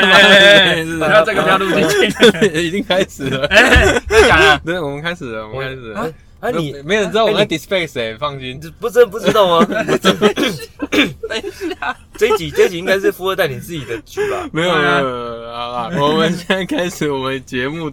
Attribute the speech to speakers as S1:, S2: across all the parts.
S1: 哎
S2: 不要这个不要录进 去。
S1: 已经开始了。
S2: 哎，不要讲了。
S1: 对，我们开始了，我们开始
S3: 啊
S1: 了。
S3: 啊你
S1: 没有人知道我
S3: 哎
S1: 在
S3: 你
S1: dispace 哎，放心
S3: 你。这不真不知 道吗？
S2: 等一下，
S3: 这一集这一集应该是富二代你自己的局吧？
S1: 没有没
S2: 对啊
S1: 有没有，好啦，我们现在开始我们节目。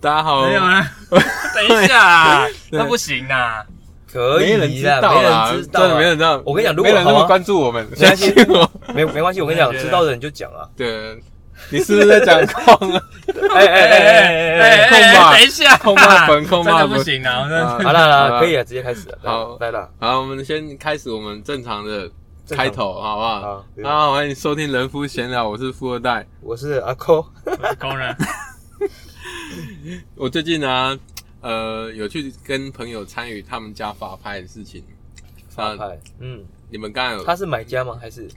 S1: 大家好，
S2: 没有 啦。等一
S1: 啊
S2: 下，那不行啦。
S3: 可
S1: 没
S3: 以
S1: 人知
S3: 啦，
S1: 道
S3: 没
S1: 啦，
S3: 人知
S1: 真
S3: 道啊，
S1: 的没人知道。
S3: 我跟你讲如果
S1: 没人那
S3: 好
S1: 么
S3: 啊
S1: 关注我们，
S3: 现在
S1: 相
S3: 是
S1: 信我。
S3: 没没关系，我跟你 讲
S2: 我，也觉得
S3: 知道的人就讲啊。
S1: 对，你是不是在讲空啊？
S3: 哎哎哎哎哎哎，
S2: 等一下，啊真的不行啊，
S1: 啊
S3: 好了好了，可以。
S1: 啦
S3: 了，直接开始了。
S1: 好
S3: 来了，
S1: 好，我们先开始我们正常的
S3: 正常
S1: 开头，好不好
S3: 好？没问题
S1: 好，欢迎收听人夫闲聊，我是富二代。
S3: 我是阿扣，
S2: 我是 工人。
S1: 我最近呢、呃，有去跟朋友参与他们家法拍的事情。
S3: 法拍，嗯，
S1: 你们刚刚有
S3: 他是买家吗？还是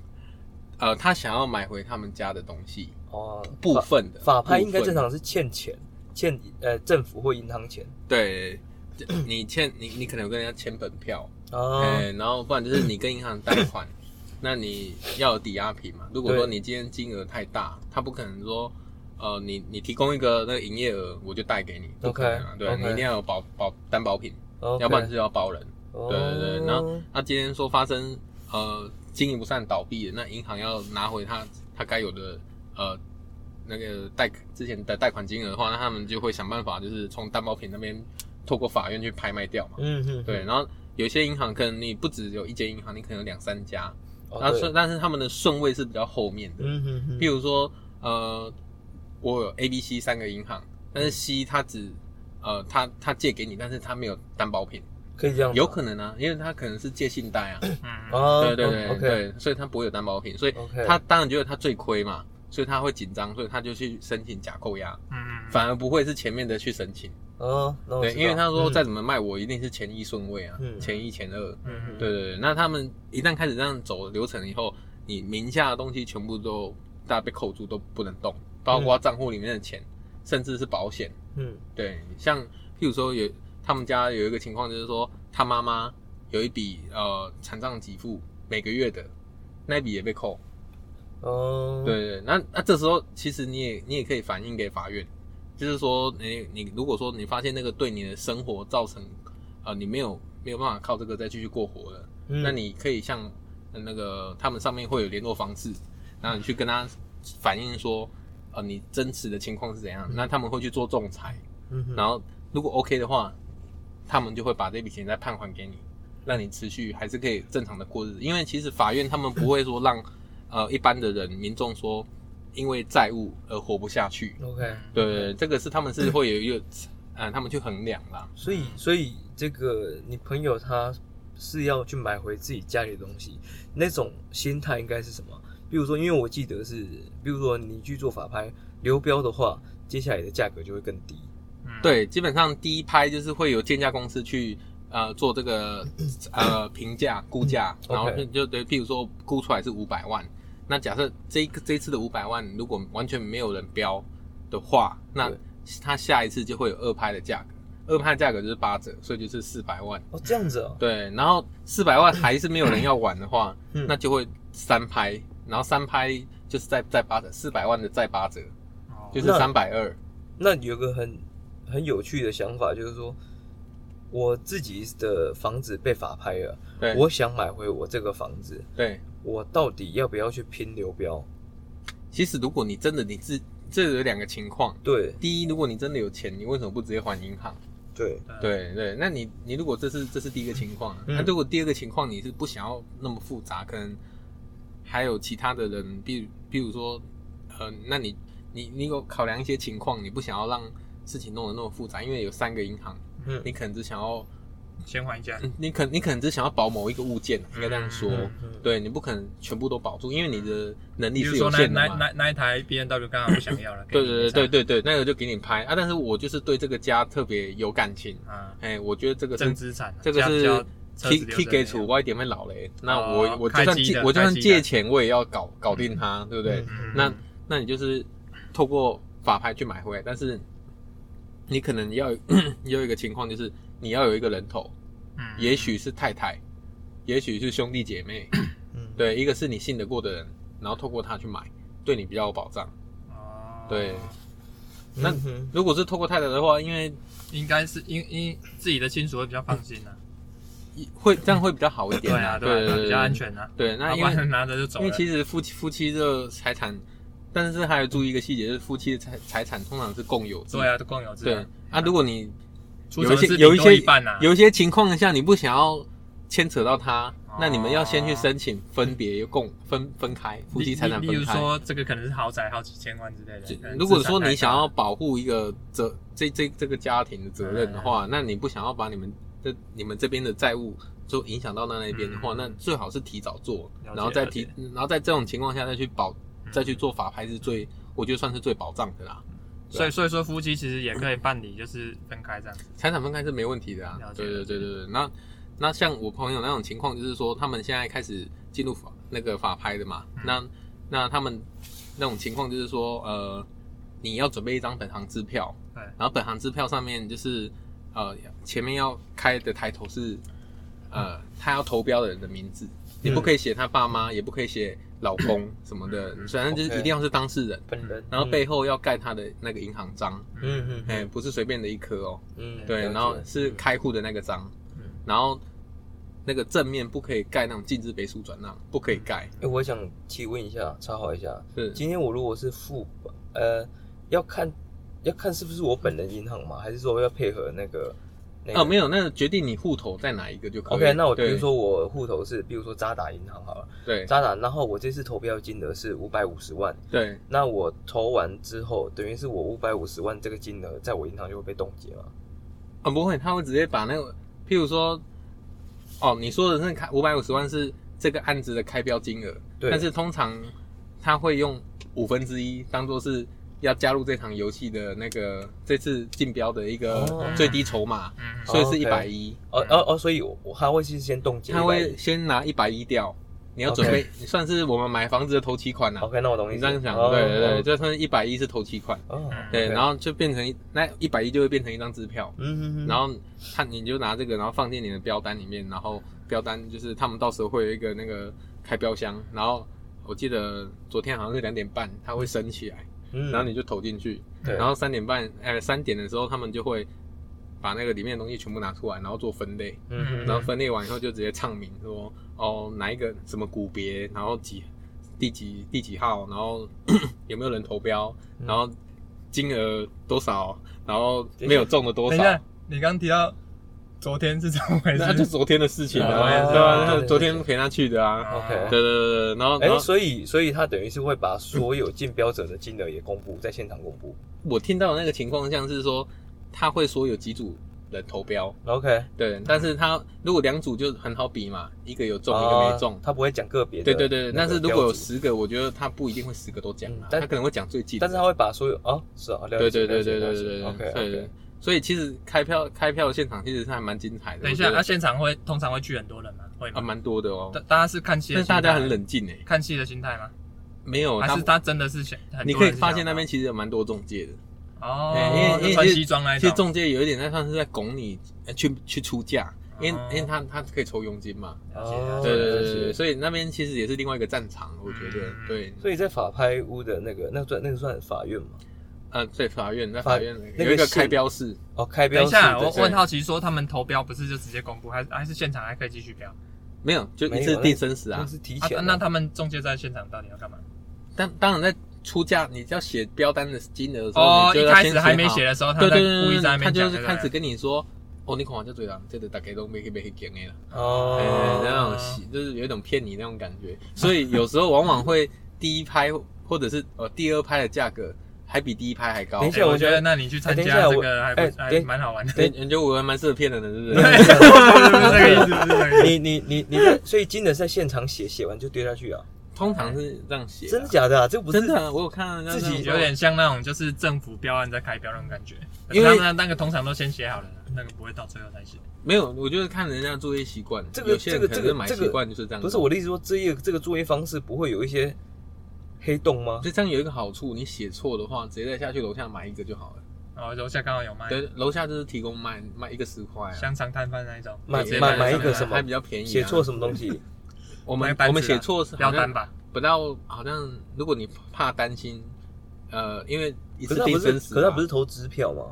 S1: 呃，他想要买回他们家的东西，
S3: 哦，
S1: 部分的
S3: 法拍应该
S1: 部分
S3: 正常是欠钱，欠呃政府或银行钱
S1: 对，你欠你你可能有跟人家签本票，
S3: 哦，
S1: 哎、然后不然就是你跟银行贷 款，那你要有抵押品嘛。如果说
S3: 对
S1: 你今天金额太大，他不可能说，呃，你你提供一个那个营业额，我就贷给你，不可能啊
S3: OK，
S1: 对
S3: OK
S1: 你一定要有保保担保品，
S3: OK
S1: 要不然就是要包人。
S3: 哦
S1: 对对对，然后他今天说发生呃经营不善倒闭了，那银行要拿回他他该有的呃那个贷之前的贷款金额的话，那他们就会想办法就是从担保品那边透过法院去拍卖掉嘛。
S3: 嗯嗯，
S1: 对，然后有些银行可能你不只有一间银行，你可能有两三家，
S3: 哦
S1: 然后
S3: 对
S1: 顺但是他们的顺位是比较后面的。
S3: 嗯嗯嗯，
S1: 譬如说，呃，我有 A、B、C 三个银行，但是 C 它只呃它它借给你，但是它没有担保品，
S3: 可以这样子啊，
S1: 有可能啊，因为它可能是借信贷啊，
S2: 嗯，
S3: 哦，
S1: 对对对、
S3: ，OK
S1: 对，所以它不会有担保品，所以
S3: OK，
S1: 他当然觉得他最亏嘛，所以他会紧张，所以他就去申请假扣押，
S2: 嗯，
S1: 反而不会是前面的去申请。
S3: 哦，那我
S1: 对，
S3: 知
S1: 因为
S3: 道
S1: 他说
S3: 嗯
S1: 再怎么卖，我一定是前一顺位啊，
S3: 嗯
S1: 前一前二。
S2: 嗯，
S1: 对对对，那他们一旦开始这样走流程以后，你名下的东西全部都大家被扣住，都不能动，包括账户里面的钱，甚至是保险。
S3: 嗯
S1: 对，像譬如说有他们家有一个情况，就是说他妈妈有一笔呃残障给付每个月的，那一笔也被扣。
S3: 哦，
S1: 对对，那那这时候其实你也你也可以反映给法院，就是说你你如果说你发现那个对你的生活造成呃你没有没有办法靠这个再继续过活了，
S3: 嗯，
S1: 那你可以像呃那个他们上面会有联络方式，然后你去跟他反映说呃你真实的情况是怎样，那他们会去做仲裁，
S3: 嗯哼
S1: 然后如果 OK 的话，他们就会把这笔钱再判还给你，让你持续还是可以正常的过日子。因为其实法院他们不会说让 呃一般的人民众说因为债务而活不下去，
S3: OK，
S1: 对对对，这个是他们是会有一个呃他们去衡量啦。
S3: 所以所以这个你朋友他是要去买回自己家里的东西，那种心态应该是什么？比如说，因为我记得是，比如说你去做法拍流标的话，接下来的价格就会更低。
S2: 嗯
S1: 对，基本上第一拍就是会有鉴价公司去呃做这 个呃评价估价，
S3: 嗯
S1: 然后
S3: OK
S1: 就就对，譬如说估出来是五百万，那假设这一个这一次的五百万如果完全没有人标的话，那
S3: 对
S1: 它下一次就会有二拍的价格，二拍价格就是八折，所以就是四百万。
S3: 哦，这样子哦，
S1: 对，然后四百万还是没有人要玩的话，
S3: 嗯
S1: 那就会三拍，然后三拍就是再再八折，四百万的再八折，
S2: 哦
S1: 就是
S3: 那
S1: 三百二。
S3: 那有个很很有趣的想法，就是说我自己的房子被法拍了，
S1: 对，
S3: 我想买回我这个房子，
S1: 对。
S3: 我到底要不要去拼流标？
S1: 其实如果你真的你自这有两个情况，
S3: 对
S1: 第一，如果你真的有钱，你为什么不直接还银行？
S2: 嗯
S3: 对，
S1: 对对，那你你如果这是这是第一个情况啊，
S3: 嗯
S1: 那、如果第二个情况你是不想要那么复杂，可能还有其他的人，比如比如说，呃，那你你你有考量一些情况，你不想要让事情弄得那么复杂，因为有三个银行，
S3: 嗯
S1: 你可能只想要，
S2: 先还一下。
S1: 嗯你可你可能只想要保某一个物件，应该这样说。
S3: 嗯嗯
S1: 对你不可能全部都保住，因为你的能
S2: 比
S1: 力
S2: 如
S1: 是
S2: 说
S1: 有
S2: 那
S1: 限
S2: 那
S1: 的嘛。
S2: 那那一台 B N W 刚好不想要了，
S1: 对对对对对对，那个就给你拍啊！但是我就是对这个家特别有感情，
S2: 啊，
S1: 哎、我觉得这个
S2: 真
S1: 是
S2: 资产，啊
S1: 这个是 K K 给主，我一点会老嘞。那我、
S2: 哦
S1: 我就算
S2: 开机
S1: 借
S2: 的
S1: 我就算
S2: 开机的嗯
S1: 借钱，我也要搞搞定它，对不对？那那你就是透过法拍去买回来，但是你可能要 也有一个情况，就是你要有一个人头，
S2: 嗯
S1: 也许是太太，也许是兄 弟姐妹，
S3: 嗯，
S1: 对，一个是你信得过的人，然后透过他去买，对你比较有保障。
S2: 哦
S1: 对，那
S3: 嗯哼
S1: 如果是透过太太的话，因为
S2: 应该是因因自己的亲属会比较放心啊，
S1: 会这样会比较好一
S2: 对
S1: 点
S2: 啊，
S1: 对
S2: 对啊，
S1: 对，
S2: 比较安。全啊，
S1: 对，那
S2: 要
S1: 因
S2: 不
S1: 为
S2: 然拿着就走
S1: 因为
S2: 了。
S1: 其实夫妻夫妻的财产，但是还有注意一个细节，就是夫妻的财财产通常是共有制。
S2: 对啊，都共有制
S1: 对
S2: 啊，
S1: 啊，如果你
S2: 出什
S1: 有一
S2: 么
S1: 些
S2: 事
S1: 有
S2: 顶多
S1: 些
S2: 一半啊，
S1: 有一些情况下你不想要牵扯到他
S2: 哦，
S1: 那你们要先去申请分别共分分开夫妻财产
S2: 例例
S1: 分
S2: 如
S1: 开。
S2: 说这个可能是豪宅，好几千万之类
S1: 就
S2: 的。可能
S1: 如果
S2: 资产
S1: 说
S2: 太
S1: 你
S2: 大
S1: 想要保护一个责这这这个家庭的责任的话，那你不想要把你们这你们这边的债务就影响到那那边的话，
S2: 嗯
S1: 那最好是提早做，
S2: 了解
S1: 然后再提
S2: 了，
S1: 然后在这种情况下再去保
S2: 嗯
S1: 再去做法拍是最，我觉得算是最保障的啦。
S2: 所以
S1: 啊
S2: 所以说夫妻其实也可以办理，就是分开这样子。
S1: 财产分开是没问题的啊
S2: 了。解
S1: 对对
S2: 了解
S1: 对对对。那那像我朋友那种情况，就是说他们现在开始进入法那个法拍的嘛，
S2: 嗯
S1: 那那他们那种情况就是说，呃，你要准备一张本行支票，
S2: 对
S1: 然后本行支票上面就是呃前面要开的抬头是呃
S2: 嗯
S1: 他要投标的人的名字，你不可以写他爸妈，也不可以写老公什么的，
S2: 嗯
S1: 反正就是
S3: OK
S1: 一定要是当事人。
S3: 本人，
S1: 然后背后要盖他的那个银行章，
S3: 嗯嗯
S1: 哎、不是随便的一颗哦，
S3: 嗯
S1: 对，然后是
S3: 开。
S1: 开户的那个章
S2: 嗯，
S1: 然后那个正面不可以盖那种禁止北书转让，不可以盖，
S3: 哎、我想提问一下，插话一下，
S1: 是
S3: 今天我如果嗯是付，呃，要看要看是不是我本人银行吗？还是说要配合那个？那个、
S1: 哦，没有，那个决定你户头在哪一个就可以。
S3: OK，那我比
S1: 对
S3: 如说我户头是，比如说渣打银行好了，
S1: 对
S3: 渣打，然后我这次投标金额是五百五十万，
S1: 对，
S3: 那我投完之后，等于是我五百五十万这个金额在我银行就会被冻结嘛？
S1: 啊不会，他会直接把那个，譬如说，哦，你说的是开五百五十万是这个案子的开标金额，
S3: 对
S1: 但是通常他会用五分之一当做是要加入这场游戏的那个这次竞标的一个
S3: 哦
S1: 最低筹码，
S2: 嗯，
S1: 所以是一
S3: OK
S1: 百一。
S3: 哦哦哦，所以我我他会是先冻结
S1: 嗯
S3: 100，
S1: 他会先拿一百一掉，你要准备算是我们买房子的头期款呐、啊
S3: OK，那我懂
S1: 你
S3: 意思。
S1: 这样想，
S3: 哦
S1: 对对对，
S3: 哦
S1: 就算一百一是头期款，
S3: 哦，
S1: 对，
S3: OK
S1: 然后就变成一那一百一就会变成一张支票，
S3: 嗯哼哼，
S1: 然后他你就拿这个，然后放进你的标单里面，然后标单就是他们到时候会有一个那个开标箱，然后我记得昨天好像是两点半，它会升起来，
S3: 嗯，
S1: 然后你就投进去，
S3: 对
S1: 然后三点半呃三点的时候他们就会把那个里面的东西全部拿出来，然后做分类，
S3: 嗯哼
S1: 然后分类完以后就直接唱名说哦哪一个什么股别，然后几第几第几号，然后 有没有人投标，
S3: 嗯
S1: 然后金额多少，然后没有中的多
S2: 等一
S1: 少
S2: 下。，你刚提到昨天是怎么回
S1: 那就
S2: 事？
S1: 昨天的事情
S2: 哦
S1: 啊，对
S2: 对
S1: 吧？那
S3: 对
S1: 昨天陪他去的
S2: 哦
S1: 啊，
S3: OK
S1: 对对对对，然后
S3: 哎、
S1: 然后
S3: 所以所以他等于是会把所有竞标者的金额也公布，在现场公布。
S1: 我听到的那个情况像是说他会说有几组人投标，
S3: OK，
S1: 对，但是他如果两组就很好比嘛，一个有中，一个
S3: 啊
S1: 没中，
S3: 他不会讲个别的。
S1: 对对对，但是如果有，十个，我觉得他不一定会十个都讲啊，
S3: 嗯
S1: 他
S3: 但
S1: 可能会讲最近的。
S3: 但是他会把所有哦，是啊，了
S1: 对
S3: 解
S1: 对对对对
S3: 了
S1: 对
S3: 解
S1: 对
S3: 了解
S1: 对
S3: OK，
S1: 对，所以其实开票开票现场其实是还蛮精彩的。
S2: 等一
S1: 我
S2: 下，啊
S1: 觉得
S2: 那现场会通常会聚很多人吗？会
S1: 啊，
S2: 吗？
S1: 蛮多的哦
S2: 大，大家是看戏
S1: 但
S2: 的
S1: 是
S2: 心态，
S1: 大家很冷静诶，
S2: 看戏的心态吗？
S1: 没有，
S2: 还是
S1: 大
S2: 他真的是想？很多人
S1: 你可以
S2: 是啊
S1: 发
S2: 想
S1: 现
S2: 要
S1: 那边其实有蛮多中介的，哎因为
S2: 哦，
S1: 因为
S2: 就穿
S1: 其实
S2: 西装那一
S1: 其实
S2: 种，
S1: 中介有一点在算是在拱你呃去去出价，因为
S2: 哦
S1: 因为他他可以抽佣金嘛，
S2: 了解了
S3: 哦
S2: 解
S1: 对对对
S3: 了
S1: 对，
S3: 解
S1: 所以那边其实也是另外一个战场，我觉得
S2: 嗯
S1: 对，
S3: 所以在法拍屋的那个，那算那个算法院嘛？
S1: 呃，对法院在
S3: 法
S1: 法院
S3: 那
S1: 有一
S3: 个
S1: 个
S3: 信
S1: 开标室，
S3: 哦，开标
S2: 等一
S3: 是
S2: 下，
S3: 的
S2: 我
S1: 对
S2: 我很好奇，说他们投标不是就直接公布，还还是现场还可以继续标？
S1: 没有就一
S3: 没
S1: 次
S3: 有那
S1: 定生死啊
S3: 那，是提
S2: 啊
S3: 前啊，
S2: 那他们中介在现场到底要干嘛？
S1: 但当然在出价，你要写标单的金额的时候，
S2: 哦，
S1: 你就
S2: 一
S1: 要
S2: 开
S1: 先
S2: 始
S1: 写
S2: 还没
S1: 好
S2: 写的时候，他
S1: 对
S2: 们在
S1: 对
S2: 故
S1: 对
S2: 意
S1: 对
S2: 在那
S1: 对，他
S2: 边
S1: 就
S2: 讲，
S1: 是
S2: 对
S1: 开始
S2: 不对
S1: 跟你说，哦，你看完就对了，这个大概都没没给的了，
S3: 哦
S1: 哎，那种戏就是有一种骗你那种感觉，所以有时候往往会第一拍或者是呃第二拍的价格还比第一拍还高
S3: 等一。
S2: 哎
S3: 下
S2: 我
S3: 我觉
S2: 觉
S3: 得
S2: 得那你去参
S3: 哎等一
S2: 加
S3: 下
S2: 这
S3: 我
S2: 个还
S3: 哎
S2: 不还
S3: 等
S2: 蛮好玩的，
S1: 对，你觉得我还蛮适合骗人的，是不
S2: 对，
S1: 是？
S2: 不是这个意思，不是这个意思。
S3: 你你你你在，所以金额是在现场写，写完就丢下去啊？
S1: 通常是这样写啊，
S3: 真的假的啊？这不是
S1: 真的啊，我有看到人家
S3: 自己
S1: 这样
S2: 有点像那种就是政府标案在开标那种感觉，
S1: 因为
S2: 他们那个通常都先写好了，那个不会到最后才写。
S1: 没有，我就是看人家作业习惯，
S3: 这个
S1: 有些人
S3: 这
S1: 可
S3: 个
S1: 能
S3: 这
S1: 是
S3: 个
S1: 买
S3: 这个
S1: 习惯就是这样。
S3: 不是我的意思说，这业这个作业方式不会有一些黑洞吗？
S1: 就这样有一个好处，你写错的话，直接再下去楼下买一个就好了。
S2: 然后楼下刚好有卖
S1: 对，楼下就是提供卖卖一个十块啊，
S2: 香肠摊贩那一种，
S3: 买
S2: 直接
S3: 买
S2: 在
S3: 买一
S2: 上
S3: 个
S2: 面
S3: 什么
S1: 还比较便宜、啊。
S3: 写错什么东西？
S1: 我
S2: 那
S1: 们
S2: 个单子啊
S1: 我们写错是
S2: 标
S1: 好
S2: 单
S1: 像
S2: 吧？
S1: 不到，好像如果你怕担心呃，因为 一
S3: 可
S1: 次
S3: 是他
S1: 定啊
S3: 不
S1: 生
S3: 是，
S1: 死嘛，
S3: 可是他不是投支票吗？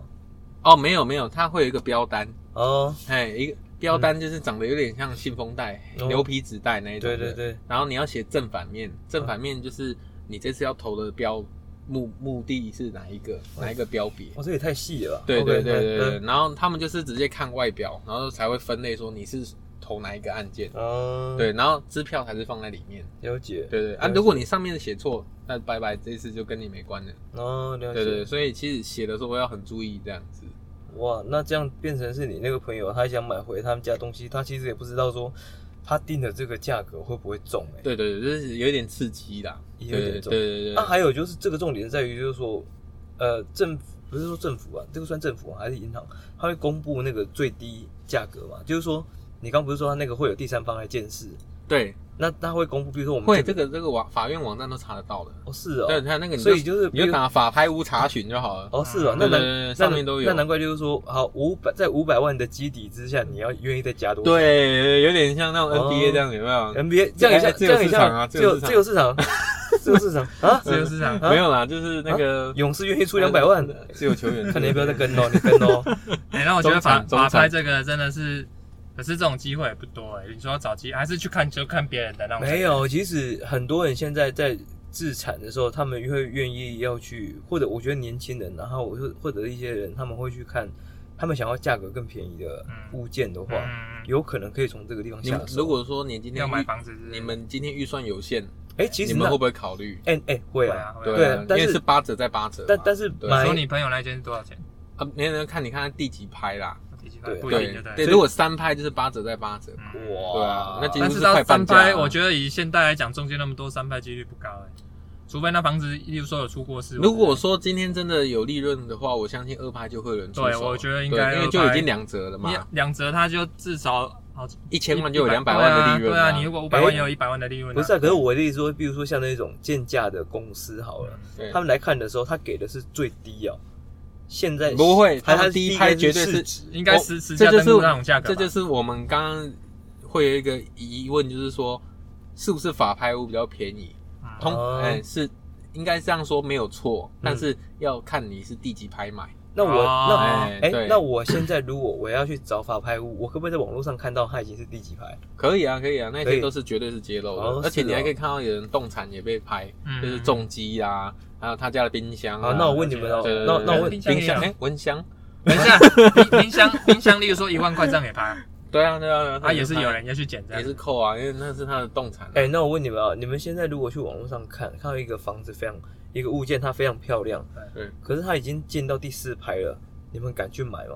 S1: 哦，没有没有，它会有一个标单，
S3: 哦，
S1: 哎，一个标单就是长得有点像信封袋、
S3: 哦
S1: 牛皮纸袋那一种
S3: 对
S1: 的，
S3: 对对，
S1: 然后你要写正反面，正反面就是你这次要投的标目目的是哪一个，哪一个标别。
S3: 哇，这也太细了吧。
S1: 对对
S3: OK，
S1: 对对对，
S3: 嗯，
S1: 然后他们就是直接看外表，然后才会分类说你是投哪一个案件。
S3: 哦，
S1: 对，，然后支票才是放在里面。
S3: 了解，
S1: 对对啊，
S3: 了解
S1: 如果你上面写错，那拜拜，这次就跟你没关了。
S3: 哦，了
S1: 对对，
S3: 解，
S1: 所以其实写的时候要很注意这样子。
S3: 哇，那这样变成是你那个朋友，他想买回他们家东西，他其实也不知道说他定的这个价格会不会中哎、
S1: 对对对，就是有点刺激啦。对
S3: 有
S1: 对对
S3: 点重
S1: 对
S3: 那
S1: 对，
S3: 还有就是这个重点在于，就是说，呃，政府不是说政府啊，这个算政府、啊、还是银行，它会公布那个最低价格嘛？就是说，你刚不是说它那个会有第三方来监视，
S1: 对
S3: 那它会公布，比如说我们
S1: 会
S3: 这
S1: 这个这个网法院网站都查得到的。
S3: 哦是哦，
S1: 对，他那个你
S3: 所
S1: 就
S3: 以就是
S1: 你
S3: 比
S1: 就
S3: 如
S1: 打法拍屋查询就好了。
S3: 哦是哦，那
S1: 对对
S3: 难
S1: 对，
S3: 那
S1: 上面都有
S3: 那。难怪就是说，好五百在五百万的基底之下，你要愿意再加多少？
S1: 对，有点像那种 NBA
S3: 哦
S1: 这样，有没有？
S3: ，NBA 这样一下，
S1: 哎自
S3: 这
S1: 由
S3: 样一
S1: 市场啊
S3: 下，自由
S1: 自
S3: 自
S1: 由
S3: 由市场， 自由市场啊，
S2: 自由市场
S3: 啊
S1: 没有啦，就是那个
S3: 勇士愿意出两百 万，
S1: 自由球员，
S3: 看你要不要再跟哦，你跟哦。
S2: 哎、那我觉得法
S1: 中场中场
S2: 法拍这个真的是，可是这种机会也不多哎、你说找机还是去看就看别人的那种。
S3: 没，有，其实很多人现在在自产的时候，他们会愿意要去，或者我觉得年轻人，然后我就或者一些人，他们会去看，他们想要价格更便宜的
S2: 嗯
S3: 物件的话，
S2: 嗯，
S3: 有可能可以从这个地方
S1: 你
S3: 下
S1: 们
S3: 手。
S1: 如果说你今天
S2: 要买
S1: 预
S2: 房子是不是
S1: 你们今天预算有限，
S3: 哎、其
S1: 你
S3: 实
S1: 们
S3: 那
S1: 会不会考虑？
S3: 哎哎、会
S2: 对
S3: 啊，
S2: 啊，会啊
S1: 对啊
S3: 对，但
S1: 因为
S3: 是
S1: 是八折再八折嘛，
S3: 但但是
S1: 对
S3: 买
S2: 说你朋友那间是多少钱？
S1: 啊，没人看你看他第几拍啦。
S2: 我提起来
S3: 对
S2: 不一定
S1: 对
S2: 就对
S1: 对，
S2: 了。
S1: 如果三拍就是八折再八折，
S2: 嗯
S3: 哇，
S1: 对啊那今
S2: 但
S1: 几乎
S2: 是
S1: 是
S2: 到
S1: 快
S2: 三
S1: 半价
S2: 拍，
S1: 啊
S2: 我觉得以现代来讲，中间那么多三拍几率不高哎、除非那房子，例如说有出过事。
S1: 如果说今天真的有利润的话，我相信二拍就会有人出手了。
S2: 对我觉得应
S1: 对
S2: 该
S1: 因为
S2: 二
S1: 就
S2: 拍
S1: 已经两折了
S2: 你
S1: 嘛，
S2: 两折，他就至少好
S1: 一千万就有
S2: 一
S1: 两百万的利润
S2: 对啊，对啊你如果五百
S3: 哎
S2: 万也有一百万的利润啊、
S3: 不是啊，可是我的意思说，比如说像那种贱价的公司好
S2: 嗯
S3: 了，
S1: 对
S3: 他们来看的时候，他给的是最低哦。现在
S1: 不会
S3: 他
S1: 他们第一拍绝对是
S3: 市值
S2: 应该
S1: 我
S2: 实实价
S1: 哦这就
S2: 登
S1: 是
S2: 录那种价格吧，
S1: 这就是我们刚刚会有一个疑问，就是说是不是法拍屋比较便宜？
S2: 嗯
S1: 通
S3: 哦
S1: 哎、是应该这样说没有错，但是要看你是第几拍买。
S3: 那我、那
S2: 哦
S1: 哎、
S3: 哎、
S1: 对，
S3: 那我现在如果我要去找法拍屋，我可不可以在网络上看到它已经是第几排？
S1: 可以啊，可以啊，那
S3: 可
S1: 些
S3: 以
S1: 都是绝对是揭露的，
S3: 哦
S1: 而且你
S3: 是哦
S1: 还可以看到有人动产也被拍，
S2: 嗯
S1: 就是重机啊，还有他家的冰箱、啊。
S3: 好，那我问你们哦、
S1: 对，对
S3: 那
S1: 对
S3: 那我
S1: 对
S3: 问，
S1: 冰
S2: 冰
S1: 箱，
S2: 箱
S1: 哎、蚊香，
S2: 嗯等一下，冰冰箱冰箱，例如说一万块这样 也拍，
S1: 对啊，对啊，对啊，
S2: 他也是有人要去捡这
S1: 也是
S2: 样。
S1: 扣啊，因为那是他的动产、
S3: 哎、那我问你们啊、你们现在如果去网络上看，看到一个房子非常一个物件，它非常漂亮，
S1: 对，
S3: 可是它已经进到第四排了，你们敢去买吗？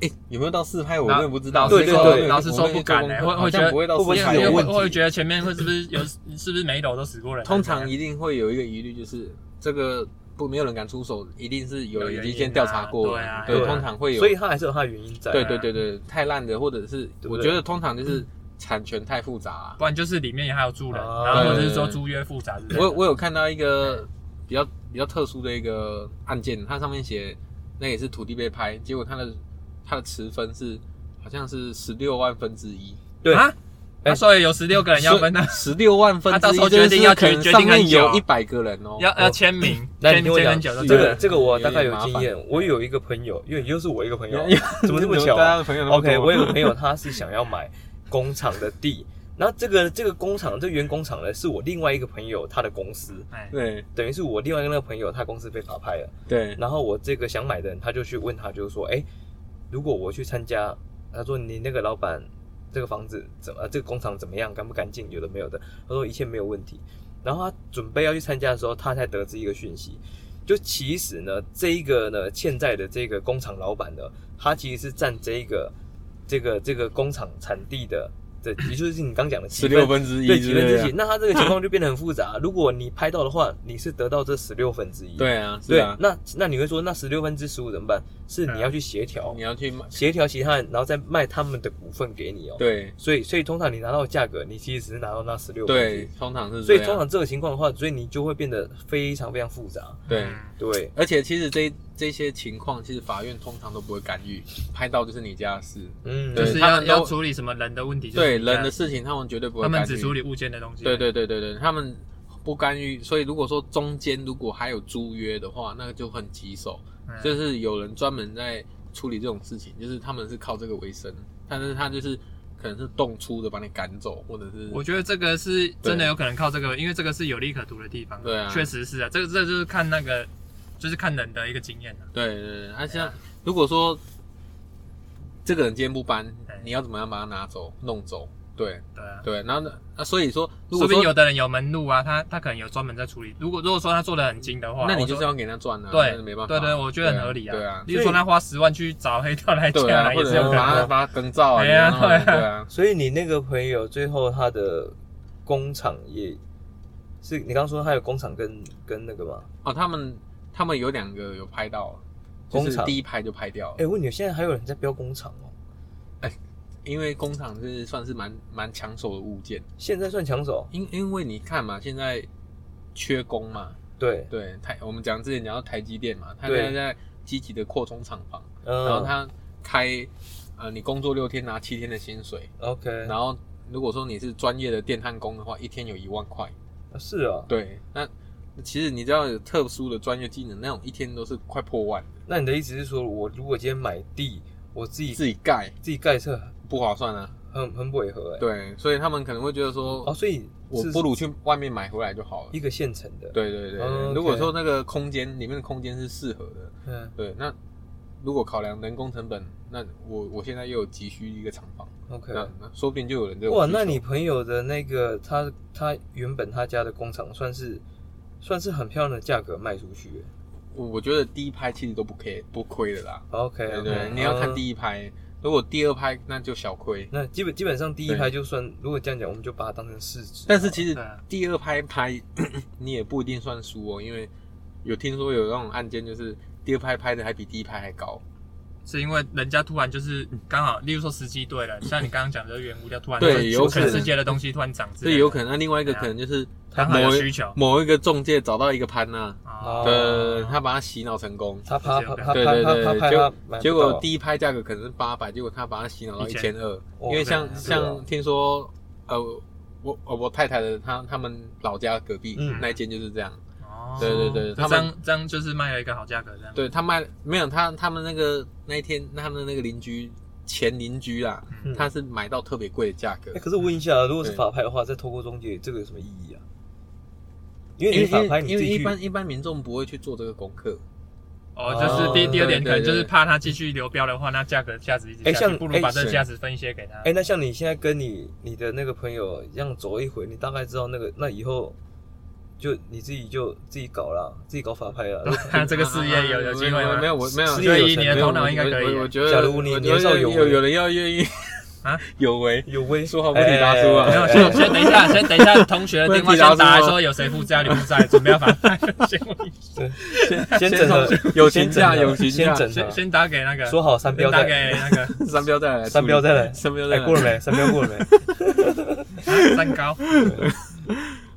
S1: 哎、有没有到四拍？我
S2: 老
S1: 真的不知道。
S2: 老
S3: 实
S1: 我
S3: 说
S1: 没有
S3: 对
S2: 老实说
S1: 我没有
S2: 不敢
S1: 做功
S2: 欸
S1: 课
S2: 会
S1: 好像
S2: 会觉得
S1: 不会到
S3: 会不会
S1: 四
S2: 因
S1: 拍有
S2: 为因为
S1: 问题
S2: 我会觉得前面会是不是有，是不是每一楼都死过人？
S1: 通常一定会有一个疑虑，就是这个不没有人敢出手，一定是有人已经先调查过
S2: 有
S1: 了
S2: 原因啊
S1: 对，
S3: 对啊
S1: 通常会有。
S3: 所以它还是有它的原因在。啊
S1: 对对对对，太烂的，或者是
S3: 对不
S1: 我
S3: 对
S1: 觉得通常就是产权太复杂啊。
S2: 不然就是里面也还有住人，
S3: 哦
S2: 然后或者是说租约复杂之类的。
S1: 我我有看到一个比较比较特殊的一个案件，它上面写那也是土地被拍，结果它的它的持分是好像是十六万分之一。
S3: 对
S2: 啊，
S1: 哎
S2: 啊所以有十六个人要分的，
S1: 十六万分
S2: 他
S1: 之
S2: 到
S1: 一，
S2: 时候
S1: 就是
S2: 决定要
S1: 可能
S2: 决定
S1: 上面
S2: 很久
S1: 有一百个人哦。
S2: 要要 签名，
S3: 那你
S2: 签
S3: 听我
S2: 签
S3: 讲，
S2: 很久的
S3: 这
S1: 对
S3: 个这个我大概
S1: 有
S3: 有
S1: 点麻
S3: 经
S1: 烦，
S3: 验。我有一个朋友，因为又是我一个朋友怎么这 么巧
S1: 大
S3: 啊、
S1: 家的朋友那么
S3: OK，
S1: 多
S3: 我有个朋友他是想要买工厂的地，然后这个这个工厂这个原工厂呢是我另外一个朋友他的公司，
S2: 哎，
S1: 对
S3: 等于是我另外一个那个朋友他公司被法拍了，
S1: 对
S3: 然后我这个想买的人他就去问他，就是说，哎、如果我去参加，他说你那个老板这个房子怎么、呃这个工厂怎么样，干不干净，有的没有的，他说一切没有问题。然后他准备要去参加的时候，他才得知一个讯息，就其实呢，这一个呢，欠债的这个工厂老板呢，他其实是占这一个这个这个工厂产地的，这也就是你刚讲的
S1: 十
S3: 积
S1: 六
S3: 分
S1: 分之一
S3: 对
S1: 之
S3: 几
S1: 类
S3: 分
S1: 的，
S3: 之几？那他这个情况就变得很复杂。如果你拍到的话，你是得到这十六分之一。
S1: 对啊，是
S3: 对，
S1: 啊，嗯
S3: 那那你会说，那十六分之十五怎么办？是你要去协调
S1: 你，要去买，
S3: 协调其他人，然后再卖他们的股份给你哦。，
S1: 对
S3: 所以所以通常你拿到的价格，你其实只是拿到那十六分之
S1: 对
S3: 一。，
S1: 通常是啊
S3: 所
S1: 这
S3: 以
S1: 样
S3: 通常这个情况的话，所以你就会变得非常非常复杂。
S1: 对，
S2: 嗯
S3: 对，
S1: 而且其实这这些情况，其实法院通常都不会干预，拍到就是你家的事，
S3: 嗯，
S2: 就
S1: 对
S2: 是
S1: 他
S2: 要
S1: 们都
S2: 要处理什么人的问题，就是
S1: 对
S2: 你家
S1: 人的事情他们绝对不会
S2: 他
S1: 干预，
S2: 们只处理物件的东西。
S1: 对对对对对，他们不干预，所以如果说中间如果还有租约的话，那个就很棘手。
S2: 嗯
S1: 就是有人专门在处理这种事情，就是他们是靠这个为生，但是他就是可能是动粗的把你赶走，或者是
S2: 我觉得这个是真的有可能靠这个，因为这个是有利可图的地方。
S1: 对啊
S2: 确实是啊，这个这个就是看那个，就是看人的一个经验啊。
S1: 对对对，他
S2: 对
S1: 像
S2: 啊
S1: 如果说这个人今天不搬
S2: 对，
S1: 你要怎么样把他拿走、弄走？对
S2: 对啊，
S1: 对，然后呢？那所以说，如
S2: 说
S1: 果
S2: 不定
S1: 说
S2: 有的人有门路啊，他他可能有专门在处理。如果如果说他做的很精的话，
S1: 那你
S2: 我
S1: 就
S2: 说
S1: 是要给他赚啊，
S2: 对
S1: 那是没办法。
S2: 对对，我觉得很合理啊。
S1: 对啊，
S2: 例如说他花十万去找黑道来
S1: 对
S2: 家
S1: 啊，
S2: 来，
S1: 或者
S2: 也是
S1: 是
S2: 有可能
S1: 把他
S2: 的。
S1: 把他更造啊，
S2: 对啊
S1: 你让他
S2: 对啊
S1: 对啊，
S3: 所以你那个朋友最后他的工厂也是你刚刚说他有工厂跟跟那个吗？
S1: 哦，他们他们有两个有拍到，就
S3: 工
S1: 是
S3: 厂
S1: 第一拍就拍掉了
S3: 哎、。问你现在还有人在标工厂哦？
S1: 因为工厂是算是蛮蛮抢手的物件，
S3: 现在算抢手？
S1: 因因为你看嘛，现在缺工嘛，
S3: 对，
S1: 对台我们讲之前讲到台积电嘛，它现在
S3: 对
S1: 在积极的扩充厂房，
S3: 嗯，
S1: 然后它开呃你工作六天拿七天的薪水，
S3: OK，
S1: 然后如果说你是专业的电焊工的话，一天有一万块，
S3: 啊是啊，
S1: 对，那其实你只要有特殊的专业技能，那种一天都是快破万，
S3: 那你的意思是说我如果今天买地，我自己
S1: 自己盖
S3: 自己盖车
S1: 不划算啊，
S3: 很很违和哎、
S1: 对，所以他们可能会觉得说，
S3: 哦，所以
S1: 我
S3: 是
S1: 不如去外面买回来就好了
S3: 一。个现成的，，
S1: 对对对对
S3: 哦，OK
S1: 如果说那个空间里面的空间是适合的，
S3: 嗯
S1: 对，那如果考量人工成本，那我我现在又有急需一个厂房，
S3: ，OK。
S1: 那那说不定就有人这种
S3: 哇，
S1: 需求
S3: 那你朋友的那个他他原本他家的工厂算是算是很漂亮的价格卖出去欸耶
S1: 我我觉得第一拍其实都不 K 不亏的啦，
S3: 哦，OK，
S1: 对对，你要看
S3: 一，
S1: 第一拍，如果第二拍那就小亏，
S3: 那基本基本上第一拍就算，如果这样讲，我们就把它当成市值，
S1: 但是其实
S2: 对啊
S1: 第二拍拍 你也不一定算输哦，因为有听说有那种案件就是第二拍拍的还比第一拍还高，
S2: 是因为人家突然就是刚好，例如说时机对了，像你刚刚讲的原物料突然
S1: 对
S2: 就是
S1: 有
S3: 可
S2: 全
S3: 能
S2: 世界的东西突然涨之
S1: 这
S2: 类的，
S1: 有可能。那另外一个
S2: 对啊
S1: 可能就是
S2: 刚好有
S1: 某一
S2: 需求。
S1: 某一个中介找到一个潘呐、
S2: 哦
S1: 对对对，他把他洗脑成功，
S3: 他啪啪啪啪
S1: 对对
S3: 啪
S1: 对
S3: 啪
S1: 对
S3: 拍
S1: 结
S3: 他买不到，
S1: 结果第一拍价格可能是八百，结果他把他洗脑到一千二，因为像
S2: 对啊
S3: 是啊
S1: 像听说，呃，我我我太太的她他们老家隔壁
S3: 嗯
S1: 那一间就是这样，
S2: 哦
S1: 对对对
S2: 这
S1: 他们
S2: 样这样就是卖了一个好价格，这样。
S1: 对他卖没有他他们那个那一天他们那个邻居前邻居啊，
S2: 嗯
S1: 他是买到特别贵的价格
S3: 哎、，可是我问一下，如果是
S1: 对
S3: 法拍的话，再透过中介，这个有什么意义啊？因为
S1: 因为
S3: 哎你法
S1: 因
S3: 拍
S1: 为
S3: 你
S1: 因
S3: 自
S1: 为
S3: 己
S1: 一
S3: 去，
S1: 般一般民众不会去做这个功课，
S2: 哦，就是第
S3: 哦
S2: 第二点，可
S1: 对对
S2: 能就是
S1: 对
S2: 怕他继续流标的话，那价格价值一直
S3: 哎
S2: 下去，
S3: 像
S2: 不如把
S3: 哎
S2: 这个
S1: 是
S2: 价值分一些给他。
S3: 哎、那像你现在跟你你的那个朋友这样走一回，你大概知道那个那以后就你自己就自己搞啦，自己搞法拍啦。
S2: 看这个事
S1: 啊
S2: 业有有机会吗？
S1: 没有，我没有，
S3: 事
S2: 所
S3: 业有
S2: 以
S3: 成
S2: 你的
S1: 没有
S3: 没
S2: 头
S1: 我
S2: 脑应该可以
S1: 我
S2: 啊
S1: 我。觉得，
S3: 假如你
S1: 我觉
S3: 年少
S1: 得
S3: 有
S1: 有
S3: 为
S1: 有人要愿意
S2: 啊，
S1: 有为
S3: 有威
S1: 说好不提达叔啊
S2: 没有，先先等一下，先等一下，同 学的电话
S1: 问题老师
S2: 先打来
S1: 说
S2: 说有谁附加，你不 在，准备要把他先
S3: 先整合
S1: 友
S3: 先
S1: 情
S3: 整
S1: 价
S3: 合
S1: 友情
S3: 先
S1: 价，
S3: 整
S2: 先
S3: 合，
S2: 先打给那个，
S3: 说好三标
S2: 先打
S3: 再
S2: 给那 个
S1: 三标再来，
S3: 三标再来
S1: 三标
S3: 哎、
S1: 再来
S3: 过了没？三标过了没？
S2: 啊三高。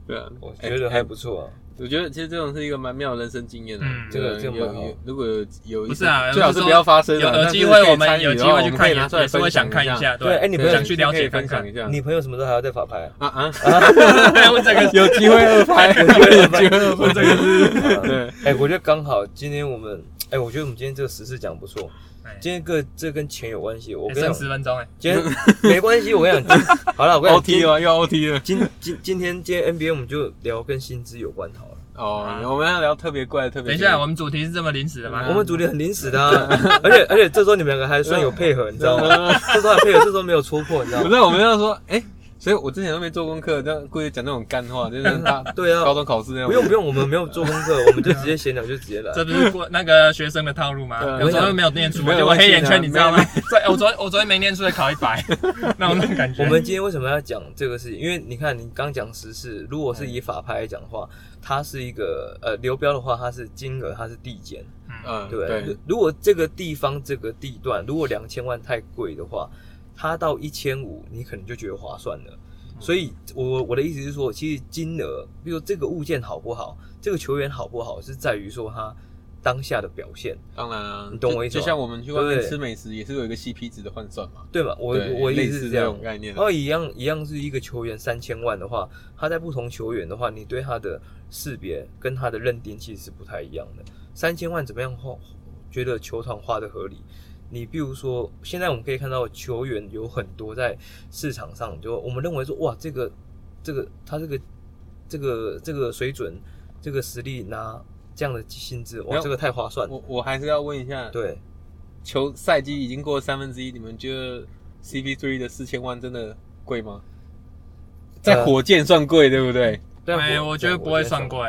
S1: 对啊，
S3: 我觉得
S1: 哎
S3: 还不错啊。
S1: 我觉得其实这种是一个蛮妙的人生经验啊
S2: 嗯。
S1: 对
S3: 这个这个
S1: 有
S3: 蛮好
S1: 有如果有有一
S2: 不是啊
S1: 最好是
S2: 我是说
S1: 不要发生啊。
S2: 有有
S1: 但是
S2: 机
S1: 可
S2: 会
S1: 以
S2: 我们
S1: 参与
S2: 有
S1: 的
S2: 机
S1: 话
S2: 会去
S1: 我
S2: 看，
S1: 们可以拿出来
S2: 也是会想看
S1: 分享一下。
S2: 下，
S3: 对哎你不
S1: 对
S3: 要
S2: 想去了解
S1: 分
S2: 看
S1: 享
S2: 看
S1: 一。下
S3: 你朋友什么时候还要再法拍啊？
S1: 啊啊，
S2: 我整个
S1: 有机会二拍， 有机会二拍，这个 是
S3: 啊
S1: 对
S3: 哎、我觉得刚好今天我们，哎、我觉得我们今天这个时事讲得不错。
S2: 哎
S3: 今天跟这跟钱有关系，我
S2: 哎
S3: 跟你
S2: 剩
S3: 讲，
S2: 十分钟哎，
S3: 今天 没关系，我跟你讲，今 好了，我跟你讲今
S1: ，OT
S2: 哦
S1: 了又 OT 了。
S3: 今今今天今天 NBA 我们就聊跟薪资有关好了。
S1: 哦，我们要聊特别怪，特别
S2: 啊等一下，我们主题是这么临时的吗
S3: 我？们主题很临时 的、啊，而且而且这时候你们两个还算有配合，你知道吗？
S2: 嗯
S3: 这时候还配合，这时候没有戳破，你知道
S1: 不
S3: 吗？
S1: 是，我们要说，哎、所以我之前都没做功课，这样故意讲那种干话，就是 大
S3: 对啊
S1: 高中考试那样。
S3: 不用不用，我们没有做功 课，我们就直接闲聊就直接来。
S2: 这不是过那个学生的套路吗？
S1: 对啊
S2: 有时候没有念书，
S1: 没有
S2: 就我
S1: 关系啊
S2: 黑眼圈，你知道吗
S1: 没？
S2: 对，我昨我昨天没念书，也考一 百，那种那种感觉。
S3: 我们今天为什么要讲这个事情？因为你看，你刚讲时事，如果是以法拍来讲的话，它是一个呃流标的话，它是金额，它是地减，
S2: 嗯
S1: 嗯，
S3: 对不对
S1: 对？
S3: 如果这个地方这个地段，如果两千万太贵的话，它到一千五，你可能就觉得划算了。所以我我的意思是说，其实金额，比如说这个物件好不好，这个球员好不好，是在于说他当下的表现，
S1: 当然啊，
S3: 你懂
S1: 就
S3: 我意思吗
S1: 就像我们去外面
S3: 对
S1: 吃美食，也是有一个 CP 值的换算嘛。
S3: 对吧？我
S1: 对
S3: 我的意
S1: 类
S3: 思
S1: 似
S3: 是这样
S1: 种。概念啊
S3: 然。后一样一样是一个球员三千万的话，他在不同球员的话，你对他的识别跟他的认定其实是不太一样的。三千万怎么样花？觉得球场花的合理？你比如说，现在我们可以看到球员有很多在市场上，就我们认为说，哇，这个这个他这个这个这个水准，这个实力拿这样的薪资，
S1: 没
S3: 哇，
S1: 有
S3: 这个太划算。
S1: 我我还是要问一下，
S3: 对，
S1: 球赛季已经过了三分之一，你们觉得 CP3 的四千万真的贵吗？在火箭算贵，对不对？
S3: 但
S2: 没，哎我觉得不会算。贵，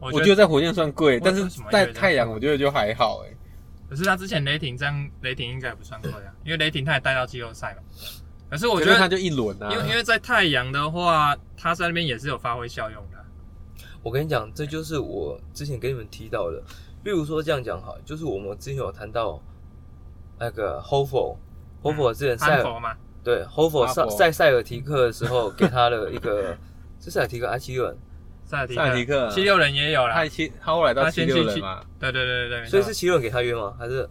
S2: 我
S1: 我
S2: 觉
S1: 觉得
S2: 得。
S1: 在火箭算贵，
S2: 我
S1: 但是
S2: 为什么
S1: 在
S2: 觉得
S1: 太阳我觉得就还好哎。
S2: 可是他之前雷霆这样，雷霆应该也不算贵啊，因为雷霆他也带到季后赛嘛。可是我觉
S1: 可是他
S2: 得，
S1: 就一轮啊，
S2: 因为因为在太阳的话，他在那边也是有发挥效用的啊。
S3: 我跟你讲，这就是我之前给你们提到的。例如说这样讲哈，就是我们之前有谈到那个 Hofo。Hofo 之前塞
S2: 三
S3: 尔、
S2: 佛嘛，
S3: 对 Hofo
S1: 哈
S3: 赛
S1: 佛
S3: 在塞尔提克的时候给他了一个，是塞尔提克还是七人，
S2: 塞尔提
S1: 塞尔提克啊
S2: 七六人也有啦
S1: 他。七他后来到
S2: 他
S1: 七
S2: 先去
S1: 六人嘛，
S2: 对对对对对，
S3: 所以
S2: 没错
S3: 是七人给他约吗？还是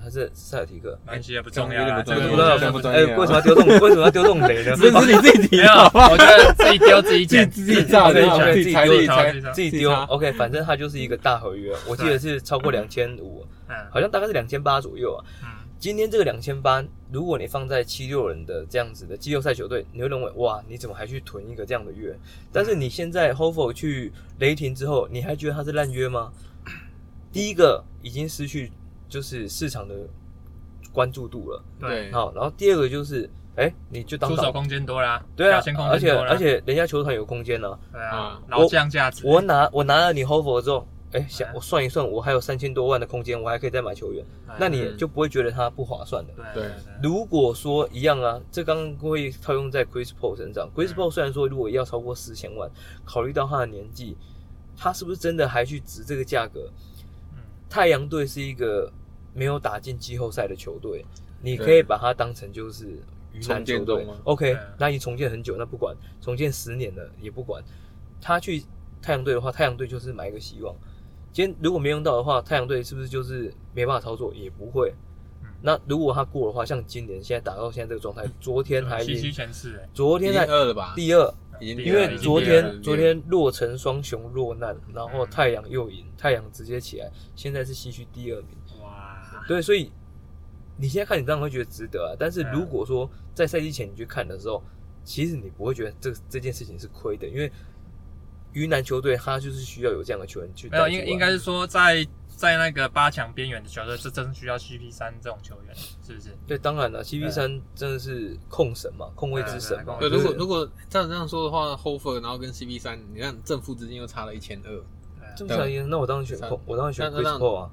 S3: 还是塞尔提克？
S2: 没关系也不
S1: 这种
S2: 重要啦，
S1: 有
S2: 这
S1: 点
S2: 个
S1: 不重
S2: 我
S1: 要
S2: 觉得
S1: 不重
S3: 哎、
S1: 要
S3: 为什么要丢这种为什么要丢这种雷
S1: 这
S3: 呢？
S1: 是 你自己提
S2: 没
S1: 的
S2: 有，
S1: 好不好，
S2: 我觉得自己丢自己 捡，
S1: 自己自己炸
S3: 的
S2: 自
S3: 自
S2: 己捡
S3: 己
S2: 自己
S3: 猜
S1: 自己
S2: 掏
S1: 猜
S2: 自己掏
S3: 自己
S1: 自己
S3: 丢
S1: 查
S3: OK，反正它就是一个大合约，我记得是超过两千五，
S2: 嗯
S3: 好像大概是两千八左右啊。
S2: 嗯，
S3: 今天这个两千八，如果你放在七六人的这样子的季后赛球队，你会认为哇，你怎么还去囤一个这样的约？但是你现在 Hofo 去雷霆之后，你还觉得他是烂约吗？第一个已经失去就是市场的关注度了，
S2: 对，
S1: 对，
S3: 好，然后第二个就是，哎，你就
S2: 嗯
S3: 当
S2: 出手
S3: 导
S2: 空间多啦，
S3: 对啊
S2: 表现，空
S3: 而
S2: 间
S3: 且
S2: 多啦，
S3: 而且人家球团有空间呢、啊，
S2: 对啊
S1: 嗯，
S2: 老将价值，
S3: 我拿我拿了你 Hofo 之后，哎，想
S2: 哎
S3: 我算一算，我还有三千多万的空间，我还可以再买球员，
S2: 哎
S3: 那你
S1: 嗯
S3: 就不会觉得他不划算的。
S1: 对
S2: 对对对
S3: 如果说一样啊，这刚刚会套用在 Chris Paul 身上。Chris
S1: 嗯
S3: Paul 虽然说如果要超过四千万，考虑到他的年纪，他是不是真的还去值这个价格？
S2: 嗯
S3: 太阳队是一个没有打进季后赛的球队，你
S1: 对
S3: 可以把它当成就是鱼腩
S1: 重建
S3: 球队
S1: 中吗。
S3: OK，
S2: 对啊
S3: 那你重建很久，那不管，重建十年了也不管。他去太阳队的话，太阳队就是买一个希望。今天如果没用到的话，太阳队是不是就是没办法操作？也不会。
S2: 嗯
S3: 那如果他过的话，像今年现在打到现在这个状态，昨天还
S2: 西区
S3: 赢，
S2: 前四，哎
S3: 昨
S1: 已
S3: 天
S1: 经
S3: 才
S1: 二了吧？
S3: 第二，
S1: 已经
S2: 第
S1: 第
S3: 因
S1: 二
S2: 二
S1: 了
S3: 为
S1: 已经
S3: 昨
S1: 第二了
S3: 天昨
S1: 第二了
S3: 天洛城双雄落难，然后太阳又赢，太阳直接起来，现在是西区第二名。
S2: 哎哇，
S3: 对，所以你现在看你当然会觉得值得啊，但是如果说在赛季前你去看的时候，其实你不会觉得这这件事情是亏的，因为云南球队他就是需要有这样的球员去
S2: 没
S3: 带出来。
S2: 有，应应该是说在在那个八强边缘的球队，这真需要 CP 三这种球员，是不是？
S3: 对，当然了，CP 三真的是控神嘛，控卫之神嘛。
S1: 对，
S2: 对
S1: 如果
S3: 就是
S1: 如果照这样说的话 h o f e r 然后跟 CP 三，你看正负之间又差了一千二，
S2: 对啊
S3: 这么强硬，那我当然选控，我当然选
S1: 那
S3: Chris
S1: 那
S3: Paul 啊。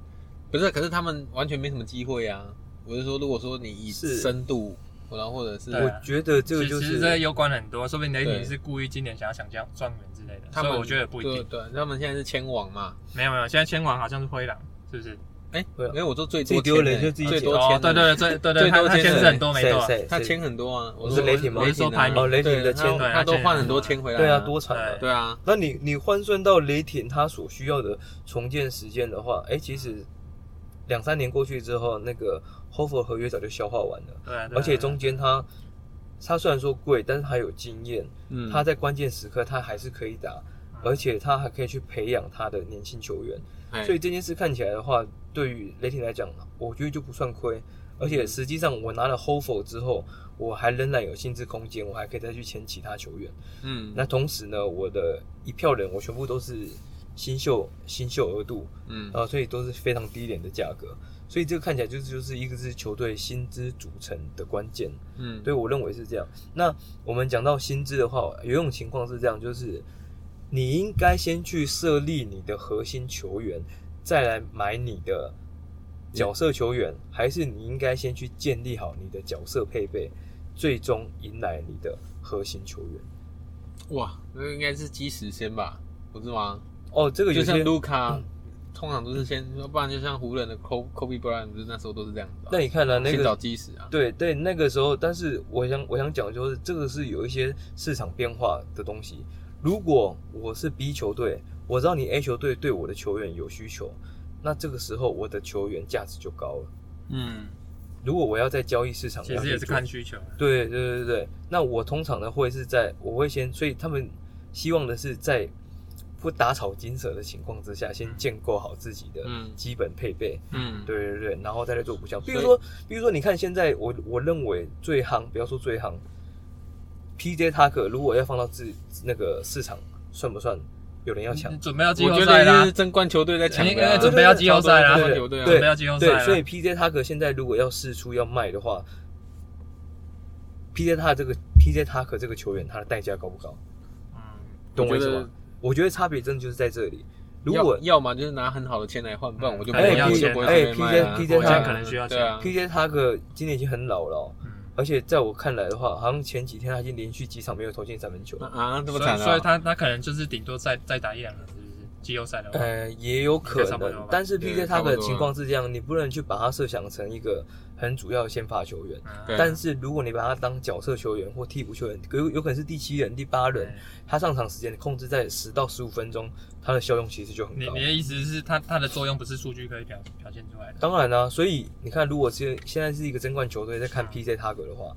S1: 不是？可是他们完全没什么机会啊！我是说，如果说你以
S3: 是
S1: 深度，然后或者是
S2: 对啊
S3: 我觉得这个
S2: 其
S3: 就
S2: 其实
S3: 是
S2: 这攸关很多，说不定雷
S1: 对
S2: 霆是故意今年想要想将状元之类的，
S1: 他
S2: 所以
S1: 们，
S2: 我觉得也不一
S1: 对
S2: 定。
S1: 对，他们现在是签王嘛？
S2: 没有没有，现在签王好像是灰狼，是不是？
S1: 哎，
S3: 对啊
S1: 没有，我说最
S3: 自
S1: 多
S3: 己丢
S1: 签
S3: 人
S1: 欸
S3: 就自己
S1: 最
S3: 捡
S1: 多
S2: 哦
S1: 签，，
S2: 对对对对对，
S1: 最
S2: 他
S1: 多
S2: 他
S1: 签
S2: 签字
S1: 人
S2: 很多没
S3: 谁
S2: 错啊，
S3: 谁
S1: 他
S3: 谁
S1: 签很多啊！我
S3: 你
S1: 说
S3: 是雷霆吗
S1: 我
S2: 我是说
S1: 啊
S2: 排名
S3: 哦雷霆的
S1: 对
S3: 签
S1: 他他
S2: 对他
S1: 都
S2: 签
S1: 换
S2: 很
S1: 很多
S2: 多啊
S1: 签回来，
S3: 对啊，多惨啊！
S1: 对啊，
S3: 那你你换算到雷霆他所需要的重建时间的话，哎，其实两三年过去之后，那个 h o f e r 合约早就消化完了，
S2: 对啊，对啊
S3: 而且中间他他虽然说贵，但是他有经验，
S1: 嗯，
S3: 他在关键时刻他还是可以打，而且他还可以去培养他的年轻球员，
S1: 哎
S3: 所以这件事看起来的话，对于雷霆来讲，我觉得就不算亏。而
S1: 嗯
S3: 且实际上，我拿了 h o f e r 之后，我还仍然有薪资空间，我还可以再去签其他球员。
S1: 嗯，
S3: 那同时呢，我的一票人我全部都是新秀新秀额度，
S1: 嗯
S3: 呃，所以都是非常低廉的价格，所以这个看起来就是就是一个是球队薪资组成的关键，
S1: 嗯，
S3: 对我认为是这样。那我们讲到薪资的话，有一种情况是这样，就是你应该先去设立你的核心球员，再来买你的。角色球员，还是你应该先去建立好你的角色配备，最终迎来你的核心球员。
S1: 哇，那应该是基石先吧，不是吗？
S3: 哦，这个有
S1: 就像
S3: 些
S1: 卢卡，通常都是先，要不然就像湖人的 Kobe Kobe Bryant，不是那时候都是这样子、啊。
S3: 那你看了、那
S1: 先找
S3: 个，
S1: 基石啊。
S3: 对对，那个时候，但是我想我想讲就是这个是有一些市场变化的东西。如果我是 B 球队，我知道你 A 球队对我的球员有需求，那这个时候我的球员价值就高了。
S1: 嗯，
S3: 如果我要在交易市场
S2: 其
S3: 上
S2: 实
S3: 去
S2: 也是
S3: 做
S2: 看需求。
S3: 对对对对，那我通常呢会是在我会先，所以他们希望的是在不打草惊蛇的情况之下，先建构好自己的
S1: 嗯
S3: 基本配备。
S1: 嗯，
S3: 对对对，然后再来做补强。比如
S1: 所以
S3: 说，比如说，你看现在我我认为最夯，不要说最夯，PJ 塔克如果要放到自那个市场，算不算有人要抢？
S2: 准备要季
S1: 我
S2: 后
S1: 觉
S2: 赛
S1: 得
S2: 啦
S1: 是，争冠球队在抢
S2: 应
S1: 的啊
S2: 该，准备要季后赛啦，
S1: 对对对
S2: 准
S1: 对
S3: 对
S2: 备要季后赛
S3: 对，
S2: 啦。
S3: 所以 PJ 塔克现在如果要试出要卖的话，PJ 塔克这个 PJ 塔克这个球员他的代价高不高？
S2: 嗯，
S3: 懂我
S1: 我
S3: 意
S1: 觉
S3: 思
S1: 得
S3: 吗？我觉得差别真的就是在这里。如
S1: 要
S3: 果
S1: 要么就是拿很好的钱来换，不然我就不
S2: 哎
S1: 会，
S2: 要
S1: 我就
S2: 钱
S1: 不会
S2: 哎
S1: 随便卖啊
S3: PJ
S1: 对啊
S2: 火箭可能需要钱
S1: 对啊
S3: PJ 塔克今年已经很老了哦、
S2: 嗯
S3: 而且在我看来的话，好像前几天他已经连续几场没有投进三分
S2: 嗯
S3: 球。
S1: 啊，这么
S2: 所以
S1: 惨
S2: 所以
S1: 啊！
S2: 他他可能就是顶多再再打一两轮，是不是？季后赛的话，
S3: 呃，也有可
S2: 应该差不多吧
S3: 能，但是
S1: 对
S3: PJ
S1: 嗯差
S3: 他
S1: 不多
S3: 的情况是这样，你不能去把他设想成一个很主要的先发球员。
S2: 嗯
S1: 对
S3: 但是如果你把他当角色球员或替补球员，有有可能是第七人、第八人，
S2: 哎
S3: 他上场时间控制在十到十五分钟，他的效用其实就很
S2: 你
S3: 高
S2: 你。的意思是它它的作用不是数据可以表表现出来的？
S3: 当然啦、所以你看，如果是现在是一个争冠球队 在看 PJ 塔格的话，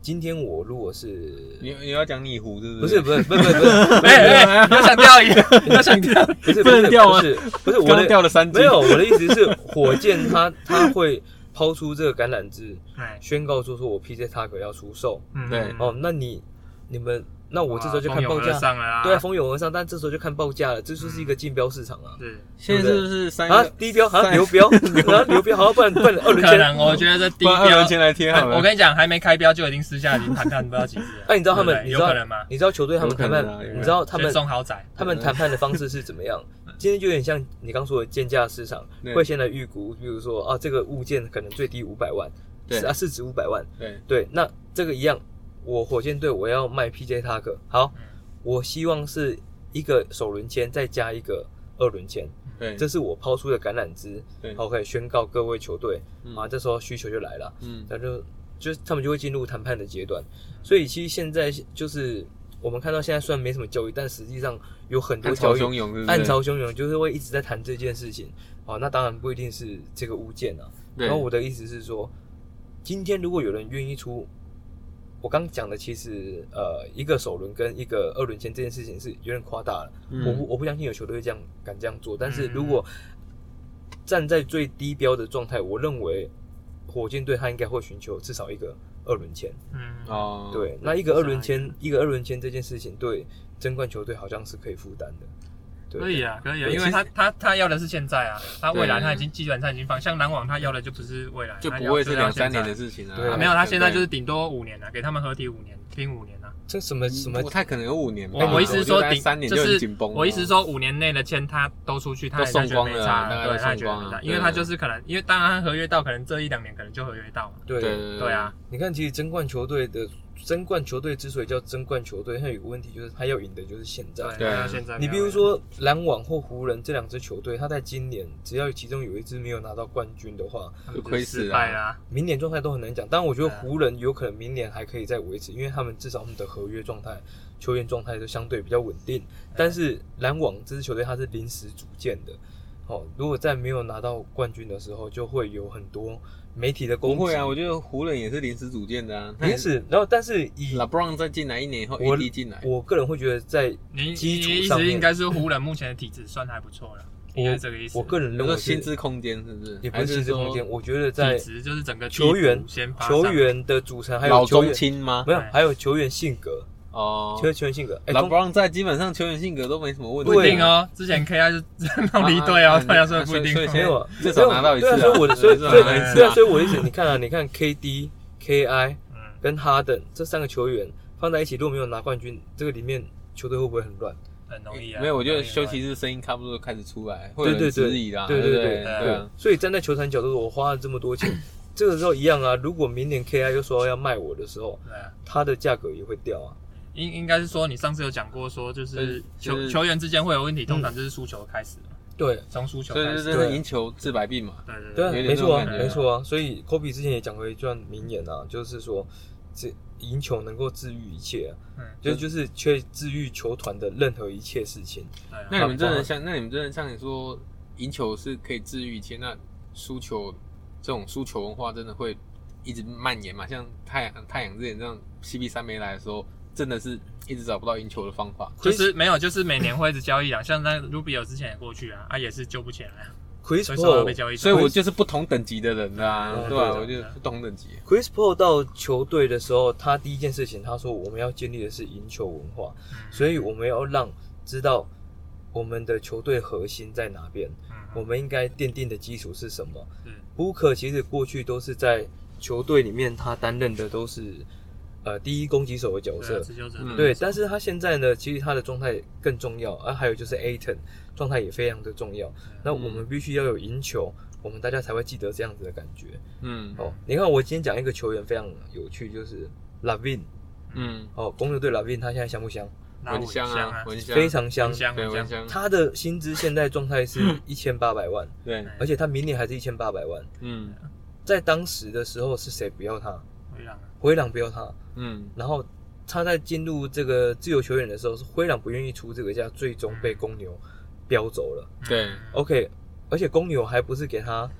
S3: 今天我如果是
S1: 你你要讲你胡是
S3: 不
S1: 不
S3: 是
S1: 是？
S3: 不是不是不是不是
S2: 哎
S3: 啊
S2: 哎，你要想钓鱼，你要想钓鱼，
S3: 不是
S1: 不 能掉
S3: 不
S1: 吗
S3: 是不是我
S1: 刚
S3: 的
S1: 掉了三斤
S3: 没，有，我的意思是，火箭他他会抛出这个橄榄枝，
S2: 哎，
S3: 宣告说说我 PJ 塔克要出售。
S2: 嗯
S1: 对
S2: 嗯
S3: 哦，那你你们，那我这时候就看
S2: 哇
S3: 报
S2: 蜂拥而
S3: 价，
S2: 上嗯了啦，
S3: 对啊，蜂 拥而上，但这时候就看报价了，这就是一个竞标市场啊。
S2: 是
S1: 现在是不是三
S3: 啊
S1: 个？，
S3: 低标好像
S1: 三
S3: 流标，然后流标好像不然不然二
S2: 不
S3: 轮
S2: 可
S3: 签。
S2: 能，我觉得这低
S1: 不然二
S2: 标哎
S1: 元，钱来贴好了。
S2: 我跟你讲，还没开标就已经私下已经谈判不知道几次了。
S3: 哎那你知道他
S2: 对
S3: 们
S2: 不，对
S3: 你知
S2: 有
S3: 道
S2: 可能吗？
S3: 你知道球队他们谈
S1: 有可能啊有可
S3: 判，
S1: 能
S3: 你知道他们
S2: 先送豪宅，
S3: 他们谈判的方式是怎么样？今天就有点像你刚说的建价市场，
S1: 对
S3: 会先来预估，比如说啊，这个物件可能最低五百万，
S1: 对
S3: 是啊，市值五百万，
S1: 对，
S3: 对，那这个一样，我火箭队我要卖 PJ 塔克，好
S2: 嗯，
S3: 我希望是一个首轮签再加一个二轮签，
S1: 对，
S3: 这是我抛出的橄榄枝
S1: 对
S3: 好，可以宣告各位球队
S1: 嗯
S3: 啊，这时候需求就来了，
S1: 嗯
S3: 那就就是他们就会进入谈判的阶段，所以其实现在就是我们看到现在虽然没什么交易，但实际上有很多
S1: 暗潮
S3: 交易
S1: 汹涌，是不是
S3: 暗潮汹涌，就是会一直在谈这件事情。哦，那当然不一定是这个物件啊。
S1: 对
S3: 然后我的意思是说，今天如果有人愿意出，我刚讲的其实呃，一个首轮跟一个二轮签这件事情是有点夸大了。
S1: 嗯
S3: 我不我不相信有球队会这样敢这样做。但是
S2: 嗯
S3: 如果站在最低标的状态，我认为火箭队他应该会寻求至少一个二轮签。
S2: 嗯，
S1: 哦，
S3: 对，那一个二轮
S2: 至
S3: 签，
S1: 嗯
S3: 一个二轮签这件事情对争冠球队好像是可以负担的。对
S2: 可以啊，可以啊，
S1: 对
S2: 因为
S1: 其实
S2: 他他他要的是现在啊，他未来
S1: 对
S2: 他已经基本上已经放，像篮网他要的就不是未来，
S1: 就
S2: 他
S1: 不
S2: 要
S1: 会是两三
S2: 就要
S1: 年的
S2: 现
S1: 事情
S3: 对
S1: 啊。
S2: 在啊，没有，他现在就是顶多五年啊，给他们合体五年，拼五年啊。
S3: 这什么什么
S1: 嗯不？太可能有五年吧。
S2: 我我意思是说
S1: 觉得
S2: 顶
S1: 三年
S2: 就是
S1: 很紧绷了。
S2: 我意思是说五年内的签他都出去，
S1: 哦
S2: 他
S1: 都
S2: 也
S1: 送
S2: 觉得
S1: 光
S2: 没
S1: 了啊
S2: 差
S1: 大概
S2: 对，
S1: 都
S2: 他也
S1: 送
S2: 觉得
S1: 光
S2: 没
S1: 了
S2: 差，因为
S1: 对
S2: 他就是可能，因为当然他合约到可能这一两年可能就合约到嘛，
S3: 对
S1: 对
S2: 对啊，，
S3: 你看，其实争冠球队的争冠球队之所以叫争冠球队，它有一个问题就是它要赢的就是现在。
S2: 对，
S1: 对啊
S2: 他现在没有
S3: 你比如说篮网或湖人这两支球队，它在今年只要其中有一支没有拿到冠军的话，
S2: 他们
S1: 就亏
S2: 是
S1: 死
S2: 失
S1: 了
S2: 败啊啦，
S3: 明年状态都很难讲。但我觉得
S2: 对啊
S3: 湖人有可能明年还可以再维持，因为他们至少他们的合约状态、球员状态都相对比较稳定。但是篮网这支球队它是临时组建的，哦，如果在没有拿到冠军的时候，就会有很多媒体的
S1: 不
S3: 攻击。
S1: 会啊，我觉得湖人也是临时组建的啊，
S3: 临时，然后但是以
S1: LeBron 再进来一年以后
S3: 我
S1: ，AD 进来，
S3: 我个人会觉得在
S2: 你
S3: 基础
S2: 你意
S3: 上
S2: 思
S3: 面
S2: 应该是湖人目前的体质算还不错了，应该是这个意思。啊
S3: 我个人
S1: 你
S3: 认
S1: 说
S3: 为
S1: 薪
S3: 是
S1: 资空间是不是？
S3: 也不是薪资空间，
S1: 还
S3: 我觉得在
S2: 体质就是整个
S3: 球员
S2: 替补先发上
S3: 球员的组成还
S1: 是说老
S3: 有球
S1: 中
S3: 员
S1: 青吗
S3: 没？有
S2: 哎，
S3: 还有球员性格，
S1: 哦
S3: 球。员球员性格，哎，中
S1: LeBron 在基本上球员性格都没什么问题，
S2: 不一定
S1: 啊，
S2: 哦，之前 KI 是 弄离队 哦，大家说不一定
S1: 所以
S2: 哦。
S1: 所以
S3: 没有啊
S1: 至少拿到一次啊
S3: 对啊，所以我的所以
S1: 至少
S3: 所以
S1: 拿到一次啊
S3: 对啊，所以我的意思，你看啊，你看 KD、KI
S2: 嗯
S3: 跟哈登这三个球员放在一起，如果没有拿冠军，这个里面球队会不会很乱？
S2: 很容易啊。
S1: 没有，我觉得休息
S2: 息
S1: 室声音差不多开始出来，会
S3: 对
S1: 有
S3: 对
S1: 人
S3: 对，
S1: 质疑啦，
S3: 对
S1: 对
S3: 对
S1: 不
S3: 对
S1: 对啊，
S3: 所以站在球团角度，我花了这么 多钱，这个时候一样啊。如果明年 KI 又说要卖我的时候，
S2: 对啊，
S3: 它的价格也会掉啊。
S2: 应应该是说你上次有讲过，说就是
S1: 嗯就
S2: 球
S1: 是
S2: 球员之间会有问题，通常就是输球开始嘛，
S3: 嗯对
S2: 从输球
S1: 所以
S2: 开
S1: 这
S2: 始。
S1: 这是赢球治百病嘛，
S2: 对对
S3: 对啊，
S1: 有点
S3: 没错啊，
S1: 这种感觉
S3: 没错啊。所以科比之前也讲过一段名言啊，就是说，这赢球能够治愈一切、啊，
S2: 嗯
S3: 就就是却治愈球团的任何一切事情。
S2: 对啊
S1: 那你们真的像，那你们真的像你说，赢球是可以治愈一切，那输球这种输球文化真的会一直蔓延嘛？像太阳太阳之前这样 CP 三没来的时候，真的是一直找不到赢球的方法。
S2: 就是没有，就是每年会一直交易啊，像那 Rubio 之前也过去啊，啊也是救不起来啊，
S3: Chris
S2: 所以说被
S3: Paul
S2: 交易走。
S1: 所以我就是不同等级的人啦、
S3: 嗯
S1: 对吧、
S3: 对
S1: 我就是不同等级。
S3: Chris Paul 到球队的时候，他第一件事情他说我们要建立的是赢球文化，
S2: 嗯
S3: 所以我们要让知道我们的球队核心在哪边，我
S2: 嗯，
S3: 们应该奠定的基础是什么。
S2: 是
S3: Booker 其实过去都是在球队里面，他担任的都是呃第一攻击手的角
S2: 对啊
S3: 色，
S2: 持球者
S1: 嗯
S3: 对，但是他现在呢，其实他的状态更重要啊，还有就是 Aton 状态也非常的重要。那我
S1: 嗯
S3: 们必须要有赢球，我们大家才会记得这样子的感觉。
S1: 嗯
S3: 哦，你看我今天讲一个球员非常有趣，就是 Lavin
S1: 嗯，
S3: 哦，公牛队 Lavin 他现在香不香？
S2: 那
S1: 蚊香啊，
S2: 啊，
S1: 蚊香
S3: 非常香
S2: 蚊。香
S1: 对
S2: 蚊
S1: 蚊
S2: 香，
S1: 香，
S3: 他的薪资现在状 态是一千八百万，
S1: 对，
S3: 而且他明年还是一千八百万。
S1: 嗯
S3: 在当时的时候是谁不要他？
S2: 灰狼啊，
S3: 灰狼不要他，
S1: 嗯
S3: 然后他在进入这个自由球员的时候是灰狼不愿意出这个价，最终被
S1: 嗯
S3: 公牛标走了。
S1: 对
S2: 哦，
S3: OK，而且公牛还不是给他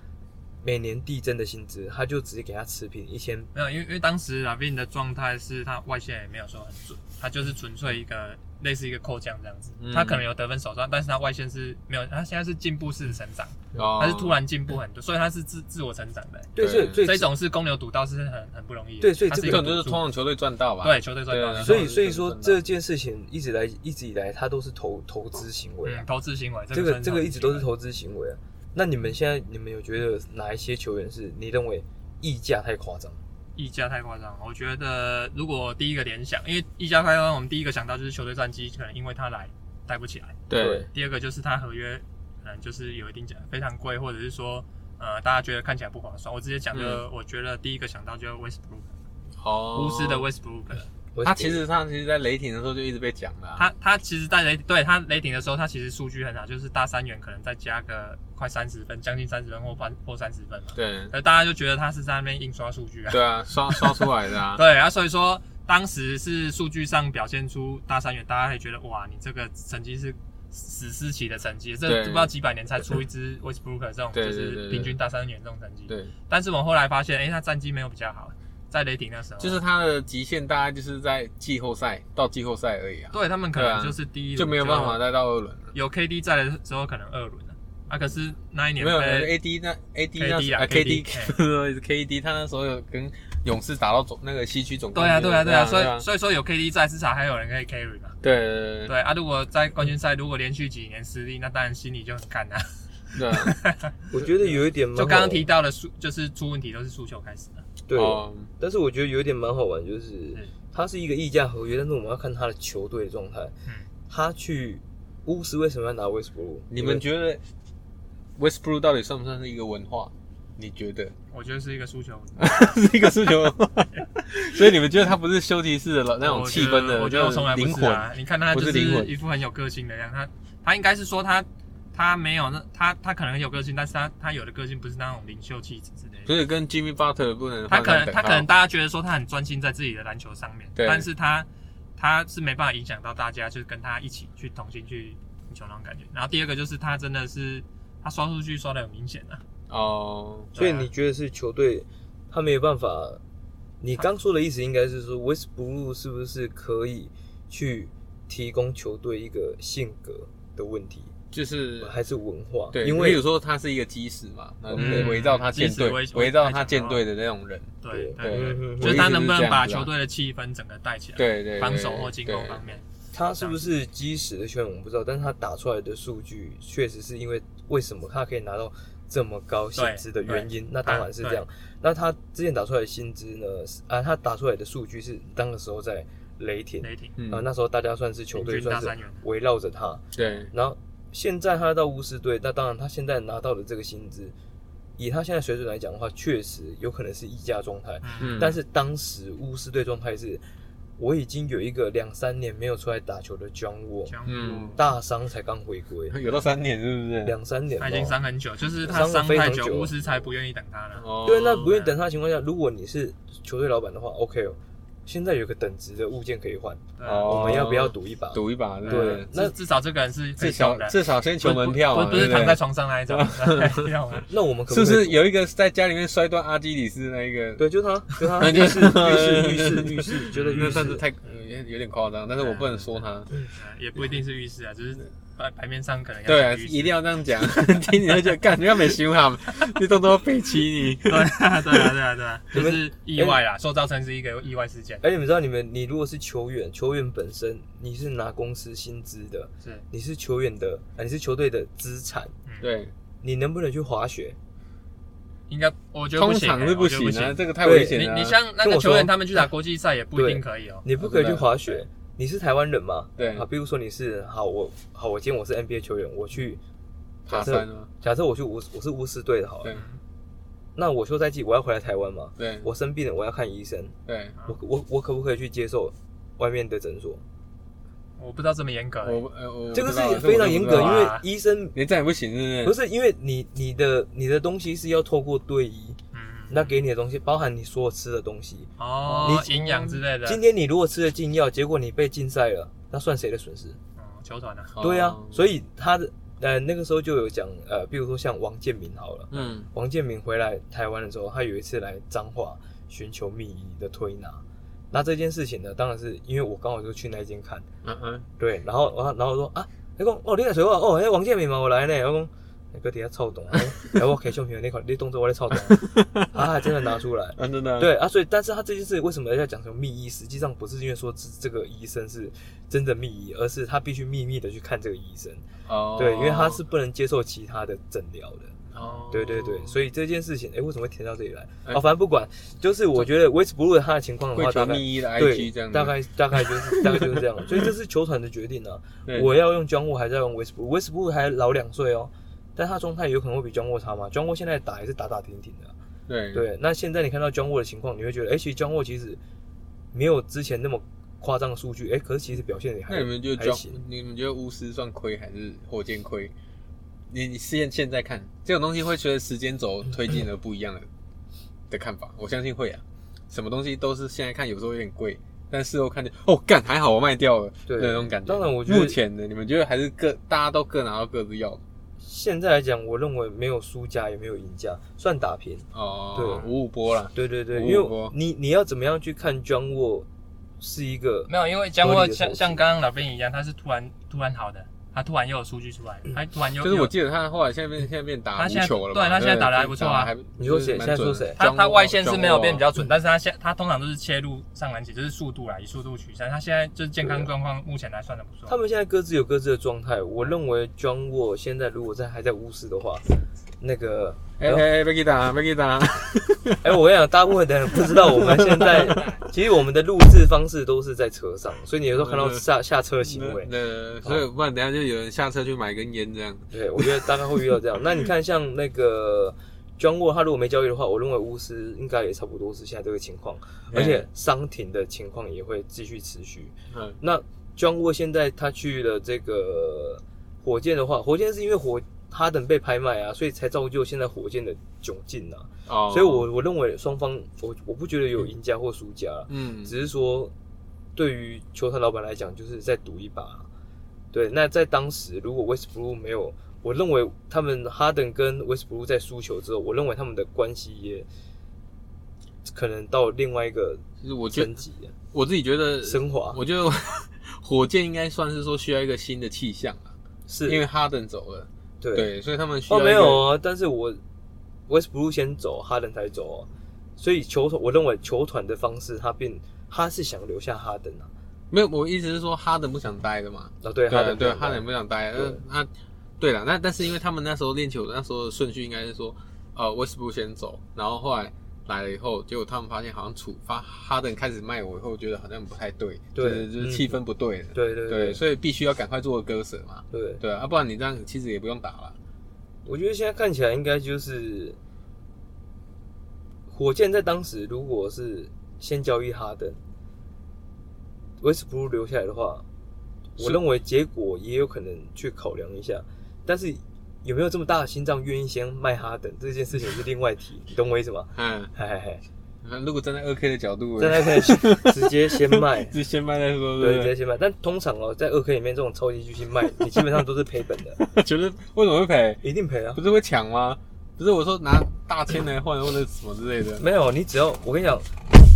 S3: 每年递增的薪资，他就只给他持平一千。
S2: 没有，因为因为当时拉宾的状态是他外线也没有说很准，他就是纯粹一个类似一个扣将这样子，
S1: 嗯
S2: 他可能有得分手段，但是他外线是没有，他现在是进步式成长，
S1: 哦，
S2: 他是突然进步很多，所以他是自自我成长的。
S3: 对，所以
S1: 对
S3: 所以
S2: 这种是公牛赌道是很很不容易的，
S3: 对所以
S2: 它
S3: 这
S2: 是
S1: 这
S2: 一
S1: 种
S2: 个
S1: 就是
S2: 赌注
S1: 通常球队赚到吧？
S2: 对，球队赚
S1: 对
S2: 到
S1: 啊
S2: 的，
S3: 所以
S1: 这
S3: 所以
S1: 这
S3: 说
S1: 这
S3: 这件事情一直来一直以来，它都是投投资行为啊
S2: 嗯，。投资行为，
S3: 这个
S2: 算
S3: 这个一直都是
S2: 行为，
S3: 投资行为啊。那你们现在你们有觉得哪一些球员是你认为溢价太夸张？
S2: 溢价太夸张了。我觉得如果第一个联想，因为溢价太夸张，我们第一个想到就是球队战绩可能因为他来带不起来，
S1: 对，
S2: 第二个就是他合约可能就是有一定价非常贵，或者是说呃大家觉得看起来不划算。我直接讲就我觉得第一个想到就是 Westbrook，
S1: 哦，
S2: 巫师的 Westbrook，
S3: 我
S1: 他其实他其实，在雷霆的时候就一直被讲了啊、
S2: 他他其实在雷对他雷霆的时候，他其实数据很好，就是大三元可能再加个快三十分，将近三十分或翻破三十分嘛。
S1: 对
S2: 而大家就觉得他是在那边印刷数据啊。
S1: 对啊，刷刷出来的啊，
S2: 对啊，所以说当时是数据上表现出大三元，大家会觉得哇，你这个成绩是史诗级的成绩，这
S1: 对
S2: 不知道几百年才出一支 Westbrook 这种
S1: 对
S2: 就
S1: 对对
S2: 是平均大三元这种成绩。
S1: 对，
S2: 但是我们后来发现，哎，他战绩没有比较好，在雷霆那时候，
S1: 就是他的极限大概就是在季后赛到季后赛而已啊，
S2: 对他们可
S1: 对
S2: 能
S1: 啊
S2: 就是第一轮
S1: 就没有办法再到二轮了。
S2: 有 KD 在的时候可能二轮了啊，可是那一年
S1: 没有
S2: 被
S1: AD 那 AD 那
S2: KD
S1: 时
S2: 啊哎
S1: 啊 KD
S2: KD
S1: 不 是 KD 他那时候有跟勇士打到总那个西区总
S2: 对啊，对啊，对啊，所
S1: 对
S2: 以所以说有 KD 在，至少还有人可以 carry 嘛。
S1: 对对
S2: 对啊，如果在冠军赛如果连续几年失利，那当然心里就很干啊。
S1: 对啊，
S3: 我觉得有一点蛮
S2: 就刚
S3: 好
S2: 刚
S3: 玩
S2: 提到的输，就是出问题都是输球开始的。
S3: 对，
S1: 哦
S3: 但是我觉得有一点蛮好玩，就是
S2: 嗯
S3: 它是一个溢价合约，但是我们要看他的球队的状态。
S2: 嗯
S3: 他去巫师为什么要拿威斯布鲁克？
S1: 你们觉得 Westbrook 到底算不算是一个文化？你觉 得
S2: 我觉得是一个输球，
S1: 是一个输球文化？所以你们觉得他不是休息室的 老那种
S2: 我
S1: 气
S2: 觉
S1: 氛
S2: 得
S1: 的
S2: 我觉得我从来
S1: 那种灵
S2: 不是啊
S1: 魂？。
S2: 你看他
S1: 不
S2: 就是
S1: 灵魂
S2: 一副很有个性的样子，他他应该是说他他没有那他他可能很有个性，但是他他有的个性不是那种领袖气质之类的。
S1: 所以跟 Jimmy Butler 不能
S2: 他
S1: 画
S2: 可
S1: 上
S2: 能
S1: 等
S2: 他可能
S1: 号。
S2: 大家觉得说他很专心在自己的篮球上面，
S1: 对
S2: 但是他他是没办法影响到大家，就是跟他一起去同心去赢球那种感觉。然后第二个就是他真的是他刷数据刷的很明显啊，
S1: 哦，
S3: 所以
S2: 对啊
S3: 你觉得是球队他没有办法？你刚说的意思应该是说，威斯布鲁克是不是可以去提供球队一个性格的问题，
S1: 就是
S3: 还是文化？
S1: 对，比
S3: 因
S1: 如
S3: 为
S1: 说他是一个基石嘛，那
S3: 嗯
S1: 就是围绕他
S2: 基
S1: 舰
S2: 石
S1: 队
S2: 围，
S1: 围绕他舰队的那种人，
S2: 对
S1: 对
S2: 对
S3: 嗯嗯嗯
S2: 对，
S1: 我
S2: 就
S1: 意
S2: 是
S1: 思
S2: 他能
S1: 是
S2: 不
S1: 这
S2: 能
S1: 样
S2: 把
S1: 子啊
S2: 球队的气氛整个带起来，
S1: 对对，对
S2: 防守或进攻方。面，
S3: 他是不是基石的球员我不知道，但是他打出来的数据确实是因为为什么他可以拿到这么高薪资的原因，那当然是这样。那他之前打出来的薪资呢？是啊，他打出来的数据是当的时候在雷霆啊、
S2: 雷霆
S1: 对
S3: 呃
S1: 嗯，
S3: 那时候大家算是球队
S2: 平均大三
S3: 算是
S2: 元
S3: 围绕着他，
S1: 对，
S3: 然后现在他到巫师队，那当然他现在拿到的这个薪资，以他现在水准来讲的话，确实有可能是溢价状态。
S1: 嗯
S2: 嗯，
S3: 但是当时巫师队状态是，我已经有一个两三年没有出来打球的 John Wall，
S2: 江
S1: 嗯
S2: 湖
S3: 大伤才刚回 归，
S1: 有到三年是不是？
S3: 两三年哦
S2: 他已
S1: 哦
S2: 经
S3: 吧。
S2: 伤很久，就是他
S3: 伤得
S2: 伤
S3: 非
S2: 太
S3: 常
S2: 久，
S3: 久
S2: 巫师才不愿意等他呢。
S1: 哦
S3: 对，那不愿意等他的情况下，如果你是球队老板的话，OK 哦，现在有个等值的物件可以换，
S2: 对
S1: 哦
S2: 啊，
S3: 我们要不要赌一把？
S1: 赌一把，
S3: 对
S1: 对，
S2: 那
S3: 那
S2: 至少这个人是可以
S1: 至
S2: 动
S1: 少
S2: 的，
S1: 至少先求门票
S2: 不
S1: 嘛，
S2: 不不是
S1: 对
S2: 躺
S1: 对
S2: 在床上 那一种，啊对要吗
S3: 那我们可
S1: 是
S3: 不
S1: 不
S3: 可以
S1: 是
S3: 赌
S1: 有一个在家里面摔断阿基里斯那一个？
S3: 对，就他，就他
S1: 那就
S3: 浴室浴室浴室浴室，觉得浴
S1: 那但是
S3: 室
S1: 太有有点夸张，但是我不能说他。
S2: 呃也不一定是浴室啊，只是白白面上可能要
S1: 对啊，
S2: 是浴室
S1: 一定要这样讲，听你就觉得干，你要没修好，你动作背弃你。
S2: 对啊，对啊，对 啊，对啊，就
S3: 你们
S2: 是意外
S1: 哎
S2: 啦，塑造成是一个意外事件，
S3: 哎，你们知道，你们你如果是球员，球员本身你是拿公司薪资的，
S2: 是，
S3: 你是球员的，啊你是球队的资产，
S2: 嗯，
S1: 对，
S3: 你能不能去滑雪？
S2: 应该我觉得
S1: 通
S2: 不行欸，
S1: 常是
S2: 我觉得
S1: 行
S2: 不
S1: 啊，
S2: 行。
S1: 这个太危险
S2: 你
S1: 了啊。
S2: 你像那
S3: 跟
S2: 个
S3: 我说
S2: 球员，他们去打国际赛也不一定可以哦。
S3: 你不可以去滑雪，你是台湾人吗？
S1: 啊对
S3: 啊，比如说你是好，我好，我今天我是 NBA 球员，我去
S1: 爬
S3: 假设
S1: 山吗？
S3: 假设我去乌斯我是乌斯队的，好了
S2: 嗯
S1: 对，
S3: 那我休赛季我要回来台湾嘛？
S1: 对啊
S3: 我生病了，我要看医生，
S1: 对，
S3: 我我我可不可以去接受外面的诊所？
S2: 我不知道这么严格欸，
S1: 我呃我
S3: 哎这个
S1: 不知道
S3: 是非常严格，
S1: 这我就不知道啊
S3: 因为
S2: 啊
S3: 医生
S1: 连站也不行，是
S3: 不
S1: 不是？
S3: 是因为你你的你的东西是要透过队医，
S2: 嗯，
S3: 那给你的东西包含你所有吃的东西。
S2: 哦，
S3: 你
S2: 营养之类的，
S3: 今天你如果吃了禁药，结果你被禁赛了，那算谁的损失？
S2: 嗯球团啊，
S3: 对啊
S1: 哦，
S3: 所以他的呃那个时候就有讲呃，比如说像王建民好了，
S1: 嗯，
S3: 王建民回来台湾的时候，他有一次来彰化寻求秘医的推拿。那这件事情呢，当然是因为我刚好就去那一间看，
S1: 嗯嗯，
S3: 对，然后然后然后说啊，他讲哦，你来找我哦，哎，王建民嘛，我来呢，我讲那个底下臭懂，然后我开胸片，那款你动作我在臭懂， 啊，还真的拿出来。
S1: 啊真的，
S3: 对啊，所以但是他这件事为什么要讲成密医？实际上不是因为说这这个医生是真的密医，而是他必须秘密的去看这个医生，
S1: 哦，
S3: 对，因为他是不能接受其他的诊疗的。
S1: 哦，
S3: 对对对，所以这件事情，哎，为什么会填到这里来？
S1: 哎
S3: 哦，反正不管，就是我觉得维斯布鲁克他的情况的
S1: 会
S3: 话，大
S1: 传
S3: 概
S1: 密一的 IG 这
S3: 对，
S1: 样，
S3: 大，概大概就是大概就是这 样，所以这是球团的决定啊。
S1: 对
S3: 我要用庄沃，还是要用维斯布鲁克？维斯布鲁克还老两岁哦，但他状态有可能会比庄沃差嘛？庄沃现在打也是打打停停的啊、
S1: 对
S3: 对，那现在你看到庄沃的情况，你会觉得，哎，其实庄沃其实没有之前那么夸张的数据，哎，可是其实表现也还
S1: 那你们觉得
S3: 还
S1: 庄
S3: 行。，
S1: 你们觉得巫师算亏还是火箭亏？你你试验现在看这种东西，会随着时间轴推进而不一样的的看法。我相信会啊，什么东西都是现在看有时候有点贵，但事后看见哦，干还好我卖掉了
S3: 对
S1: 那种感觉。
S3: 当然我觉得
S1: 目前的你们觉得还是各大家都各拿到各自要的
S3: 现在来讲，我认为没有输家也没有赢家，算打平。
S1: 哦，
S3: 对
S1: 五五波啦，
S3: 对对对，
S1: 五
S3: 因
S1: 五
S3: 为
S1: 波
S3: 你你要怎么样去看庄沃是一个
S2: 没有，因为江沃
S3: 合理的
S2: 像
S3: 投资
S2: 像刚刚老兵一样，他是突然突然好的，他突然又有数据出来，他突然又
S1: 就是我
S2: 又
S1: 记得他后来现在变现在变打
S2: 他
S1: 无
S2: 现在
S1: 球了嘛，
S2: 对他现在
S1: 不
S2: 打得还不错
S1: 打
S2: 啊
S1: 得还
S3: 你说谁
S1: 就是蛮准的
S3: 现在说谁
S2: 他
S1: 庄
S2: 他
S1: 沃
S2: 外线是没有
S1: 庄沃
S2: 变比较准，但是他现他通常都是切入上篮起，就是速度啦，以速度取胜。他现在就是健康状况目前来算的不错。
S3: 啊他们现在各自有各自的状态。我认为 John Wall 现在如果在还在巫师的话，那个，哎
S1: 哎
S3: 呦、
S1: 哎，别给打，别给打，
S3: 哎我跟你讲，大部分的人不知道我们现在 其实我们的录制方式都是在车上，所以你有时候 看到下下车的行为，
S1: 嗯那所以不然等一下就有人下车去买根烟这样。
S3: 对我觉得大概会遇到这样。那你看像那个 John Wall，他如果没交易的话，我认为巫师应该也差不多是现在这个情况，而且伤停的情况也会继续持续。
S1: 嗯，
S3: 那 John Wall 现在他去了这个火箭的话，火箭是因为火哈登被拍卖啊，所以才造就现在火箭的窘境啊。
S1: 哦
S3: 所以我我认为双方，我我不觉得有赢家或输家啊，
S1: 嗯，
S3: 只是说对于球团老板来讲，就是再赌一把啊。对，那在当时如果 Westbrook 没有，我认为他们哈登跟 Westbrook 在输球之后，我认为他们的关系也可能到另外一个
S1: 其实我觉得
S3: 层级啊
S1: 我自己觉得，
S3: 升华，
S1: 我觉得 火箭应该算是说需要一个新的气象啊，
S3: 是
S1: 因为哈登走了，
S3: 对
S1: 对，所以他们需要
S3: 哦，
S1: 一个
S3: 没有哦，但是我 Westbrook 先走，哈登才走哦，所以球团我认为球团的方式，他变他是想留下哈登啊，
S1: 没有，我意思是说哈登不想待的嘛，
S3: 啊对，哈
S1: 对
S3: 登
S1: 对，
S3: 变
S1: 哈登不想待，
S3: 对
S1: 那他对了，那但是因为他们那时候练球那时候的顺序应该是说，呃，Westbrook 先走，然后后来。来了以后，结果他们发现好像处发哈登开始卖我以后，觉得好像不太对，
S3: 对
S1: 就是就
S3: 嗯
S1: 是气氛不对了，
S3: 对对
S1: 对，
S3: 对
S1: 所以必须要赶快做个割舍嘛，
S3: 对，
S1: 对啊，不然你这样其实也不用打了，
S3: 我觉得现在看起来应该就是火箭在当时如果是先交易哈登，Westbrook 留下来的话，我
S1: 是
S3: 认为结果也有可能去考量一下，但是。有没 有这么大的心脏愿意先卖哈登这件事情是另外提，你懂我意思吗？
S1: 嗯，
S3: 嘿嘿嘿，
S1: 如果站在二 K 的角度，，
S3: 在那边直接先卖
S1: 是先卖再说， 对
S3: 对，直
S1: 不
S3: 接
S1: 对？
S3: 先卖。但通常哦，在二 K 里面这种超级巨星卖，你基本上都是赔本的，
S1: 觉得为什么会赔？
S3: 一定赔啊
S1: 不。是会抢吗？不是我说拿大千来换或者什么之类的，
S3: 没有，你只要我跟你讲，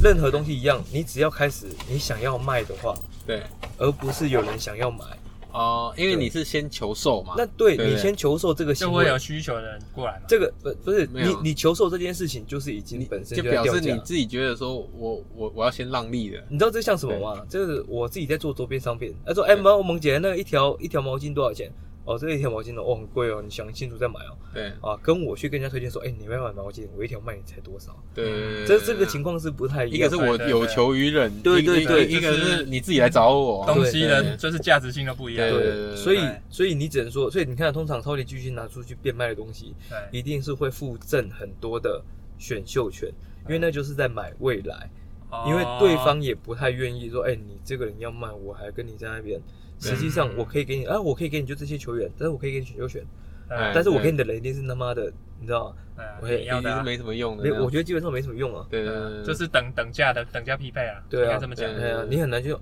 S3: 任何东西一样，你只要开始你想要卖的话，
S1: 对。
S3: 而不是有人想要买，
S1: 哦、因为
S3: 对
S1: 你是先求售嘛，
S3: 那对
S1: 对对
S3: 你先求售这个
S2: 就
S3: 行
S2: 会
S3: 为
S2: 有，需求的人过来嘛。
S3: 这个不不是
S1: 没
S3: 你
S1: 有
S3: 你求售这件事情就是已经
S1: 你
S3: 本身
S1: 就
S3: 在
S1: 表
S3: 掉
S1: 示
S3: 价
S1: 你。自己觉得说我我我要先让利的，
S3: 你知道这像什么吗？这是我自己在做周边商品。他说：“哎，萌萌姐，那个一条一条毛巾多少钱？哦，这一条毛巾哦，哦很贵哦，你想清楚再买哦。
S1: 对
S3: 啊，跟我去跟人家推荐说，哎、你要不要买毛巾，我一条卖你才多少？
S1: 对对对对
S3: 这
S1: 对
S3: 这个情况是不太一
S1: 一个
S3: 样
S1: 是
S3: 的。
S1: 我有求于人，
S3: 对
S1: 一个
S3: 对对
S1: 一个一个
S2: 就是
S1: 是你自己来找我，
S2: 东西
S1: 对对
S2: 的就是价值性都不一样。
S1: 对对
S3: 对，所以
S2: 对
S3: 所以你只能说，所以你看，通常超级巨星拿出去变卖的东西，
S2: 对，
S3: 一定是会附赠很多的选秀权，因为那就是在买未来，
S2: 哦
S3: 因为对方也不太愿意说，哎、你这个人要卖，我还跟你在那边。
S1: 对
S3: 实际上，我可以给你，啊，我可以给你就这些球员，但是我可以给你选秀权，
S1: 哎
S3: 但是我
S1: 对
S3: 给你的人一定是他妈的，你知道吗？我
S2: 对
S3: 也
S2: 你要
S1: 一定
S2: 的
S1: 是
S2: 啊，
S1: 没什么用的那
S3: 没有，
S1: 样。
S3: 我觉得基本上没什么用啊。
S1: 对对对
S2: 嗯
S1: 对，
S2: 就是等等价的等价匹配啊，
S3: 对啊
S2: 应该这么讲。
S1: 对
S3: 哎呀，你很难去，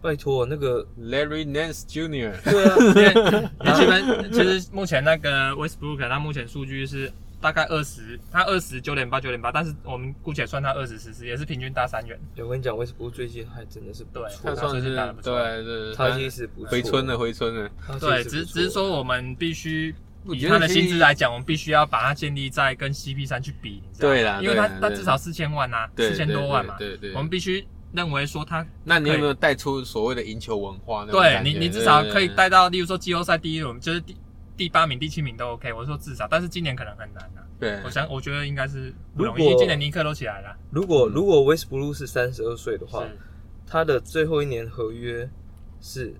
S3: 拜托那个
S1: Larry Nance Jr.
S3: 对啊，
S2: 因为因为基本其实目前那个 Westbrook 他目前数据是大概二十，他二十九点八九点八，但是我们姑且算他二十四十，也是平均大三元。
S3: 我跟你讲，威斯布鲁克最近还真的是不
S2: 对
S3: 错啊
S1: 他，算是
S2: 最近打得不错
S1: 对对对，
S3: 他其
S1: 已
S3: 实不错，
S1: 回春了，回春了。
S3: 他哦其实
S2: 对，
S3: 不
S2: 只
S3: 错
S2: 只是说我们必须。
S1: 我
S2: 以
S1: 觉得
S2: 他的
S1: 其
S2: 薪
S1: 实
S2: 资来讲，我们必须要把它建立在跟 CP 三去比，你知道吗
S1: 对啦
S2: 因为他
S1: 对啦
S2: 他
S1: 对
S2: 至少四千万啊，
S1: 对
S2: 四千多万嘛，
S1: 对对对，
S2: 我们必须认为说他
S1: 那你有没有带出所谓的赢球文化那种
S2: 对
S1: 感觉？
S2: 你，你至少可以
S1: 对
S2: 带到，例如说季后赛第一轮，就是第第八名、第七名都 OK。我是说至少，但是今年可能很难啊。
S1: 对
S2: 我想，我觉得应该是不容易。
S3: 如
S2: 因
S3: 果
S2: 为今年尼克都起来了，
S3: 如果
S1: 嗯
S3: 如果威斯布鲁克是三十二岁的话，
S2: 是，
S3: 他的最后一年合约是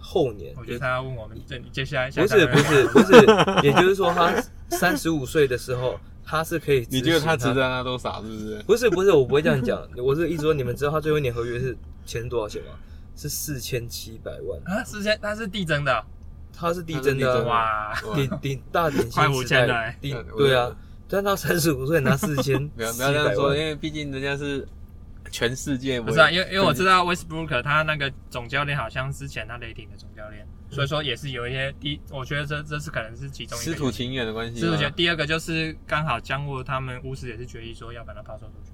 S3: 后年，
S2: 我觉得他要问我们这接下来
S3: 不是不是不是，也就是说他三十五岁的时候，他是可以执行，
S1: 你觉得他值得那都傻是不是？
S3: 不是不是，我不会这样讲，我是意思说，你们知道他最后一年合约是钱是多少钱吗？是四千七百万，
S2: 啊，是先他是递增的
S3: 他是递增的
S1: 他
S3: 啊
S1: 是递增的
S2: 哇，
S3: 顶顶大顶
S2: 快
S3: 薪
S2: 五
S3: 时
S2: 千了
S3: 代
S2: 欸，
S3: 顶
S1: 嗯
S3: 对啊，但他三十五岁拿四千，
S1: 不要不要这样说，因为毕竟人家是全世界
S2: 不
S1: 不
S2: 是啊，因为因为我知道 Westbrook 他那个总教练好像之前他雷霆的总教练，所以说也是有一些第，我觉得这这次可能是其中一个
S1: 师徒情缘的关系
S2: 师
S1: 吗。
S2: 徒觉第二个就是刚好江沃他们巫师也是决议说要把他抛售出去。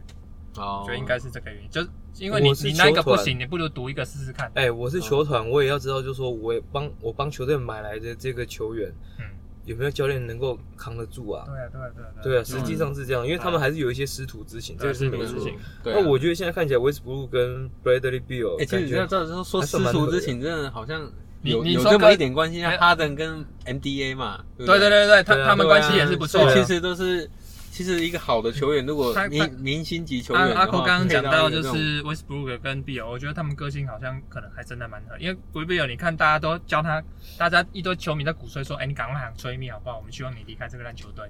S1: 哦
S2: 我觉得应该是这个原因，就是因为你
S3: 我是
S2: 你那个
S3: 球
S2: 不
S3: 团
S2: 行，你不如读一个试试看。
S3: 哎、我是球团，我也要知道，就是说我也帮我帮球队买来的这个球员，
S2: 嗯，
S3: 有没有教练能够扛得住啊？
S2: 对啊，对啊，对啊，
S3: 对啊，
S2: 啊，
S3: 实际上是这样，因为他们还是有一些师徒之情，
S2: 这
S3: 这个
S2: 个
S3: 是
S2: 是
S3: 没
S2: 没
S1: 师徒
S3: 错
S1: 之
S2: 事
S3: 的
S1: 情
S2: 情。。
S1: 对啊，
S3: 那我觉得现在看起来 w e s t b r o o 跟 Bradley Beal
S1: 哎，其实
S3: 感
S1: 你要
S3: 觉
S1: 知道，就是说
S3: 还
S1: 师
S3: 算蛮
S1: 徒
S3: 合的
S1: 之情真的好像
S2: 你
S1: 有
S2: 你
S1: 有
S2: 说
S1: 这么
S2: 跟
S1: 一点关系，像
S2: 没
S1: 哈登跟 MDA 嘛，对不
S2: 对对对对，他
S3: 对啊啊
S2: 他们关系也是不错
S1: 所以
S2: 的啊
S1: 其。实都是，其实一个好的球员，如果
S2: 他他
S1: 明明星级球
S2: 阿
S1: 员的话，
S2: 阿扣刚刚讲到就
S1: 配一个这种
S2: 是 Westbrook 跟 b i l 我觉得他们个性好像可能还真的蛮合，因为 b i l 你看大家都教他，大家一堆球迷在鼓吹说，哎，你赶快喊催命好不好？我们希望你离开这个烂球 队。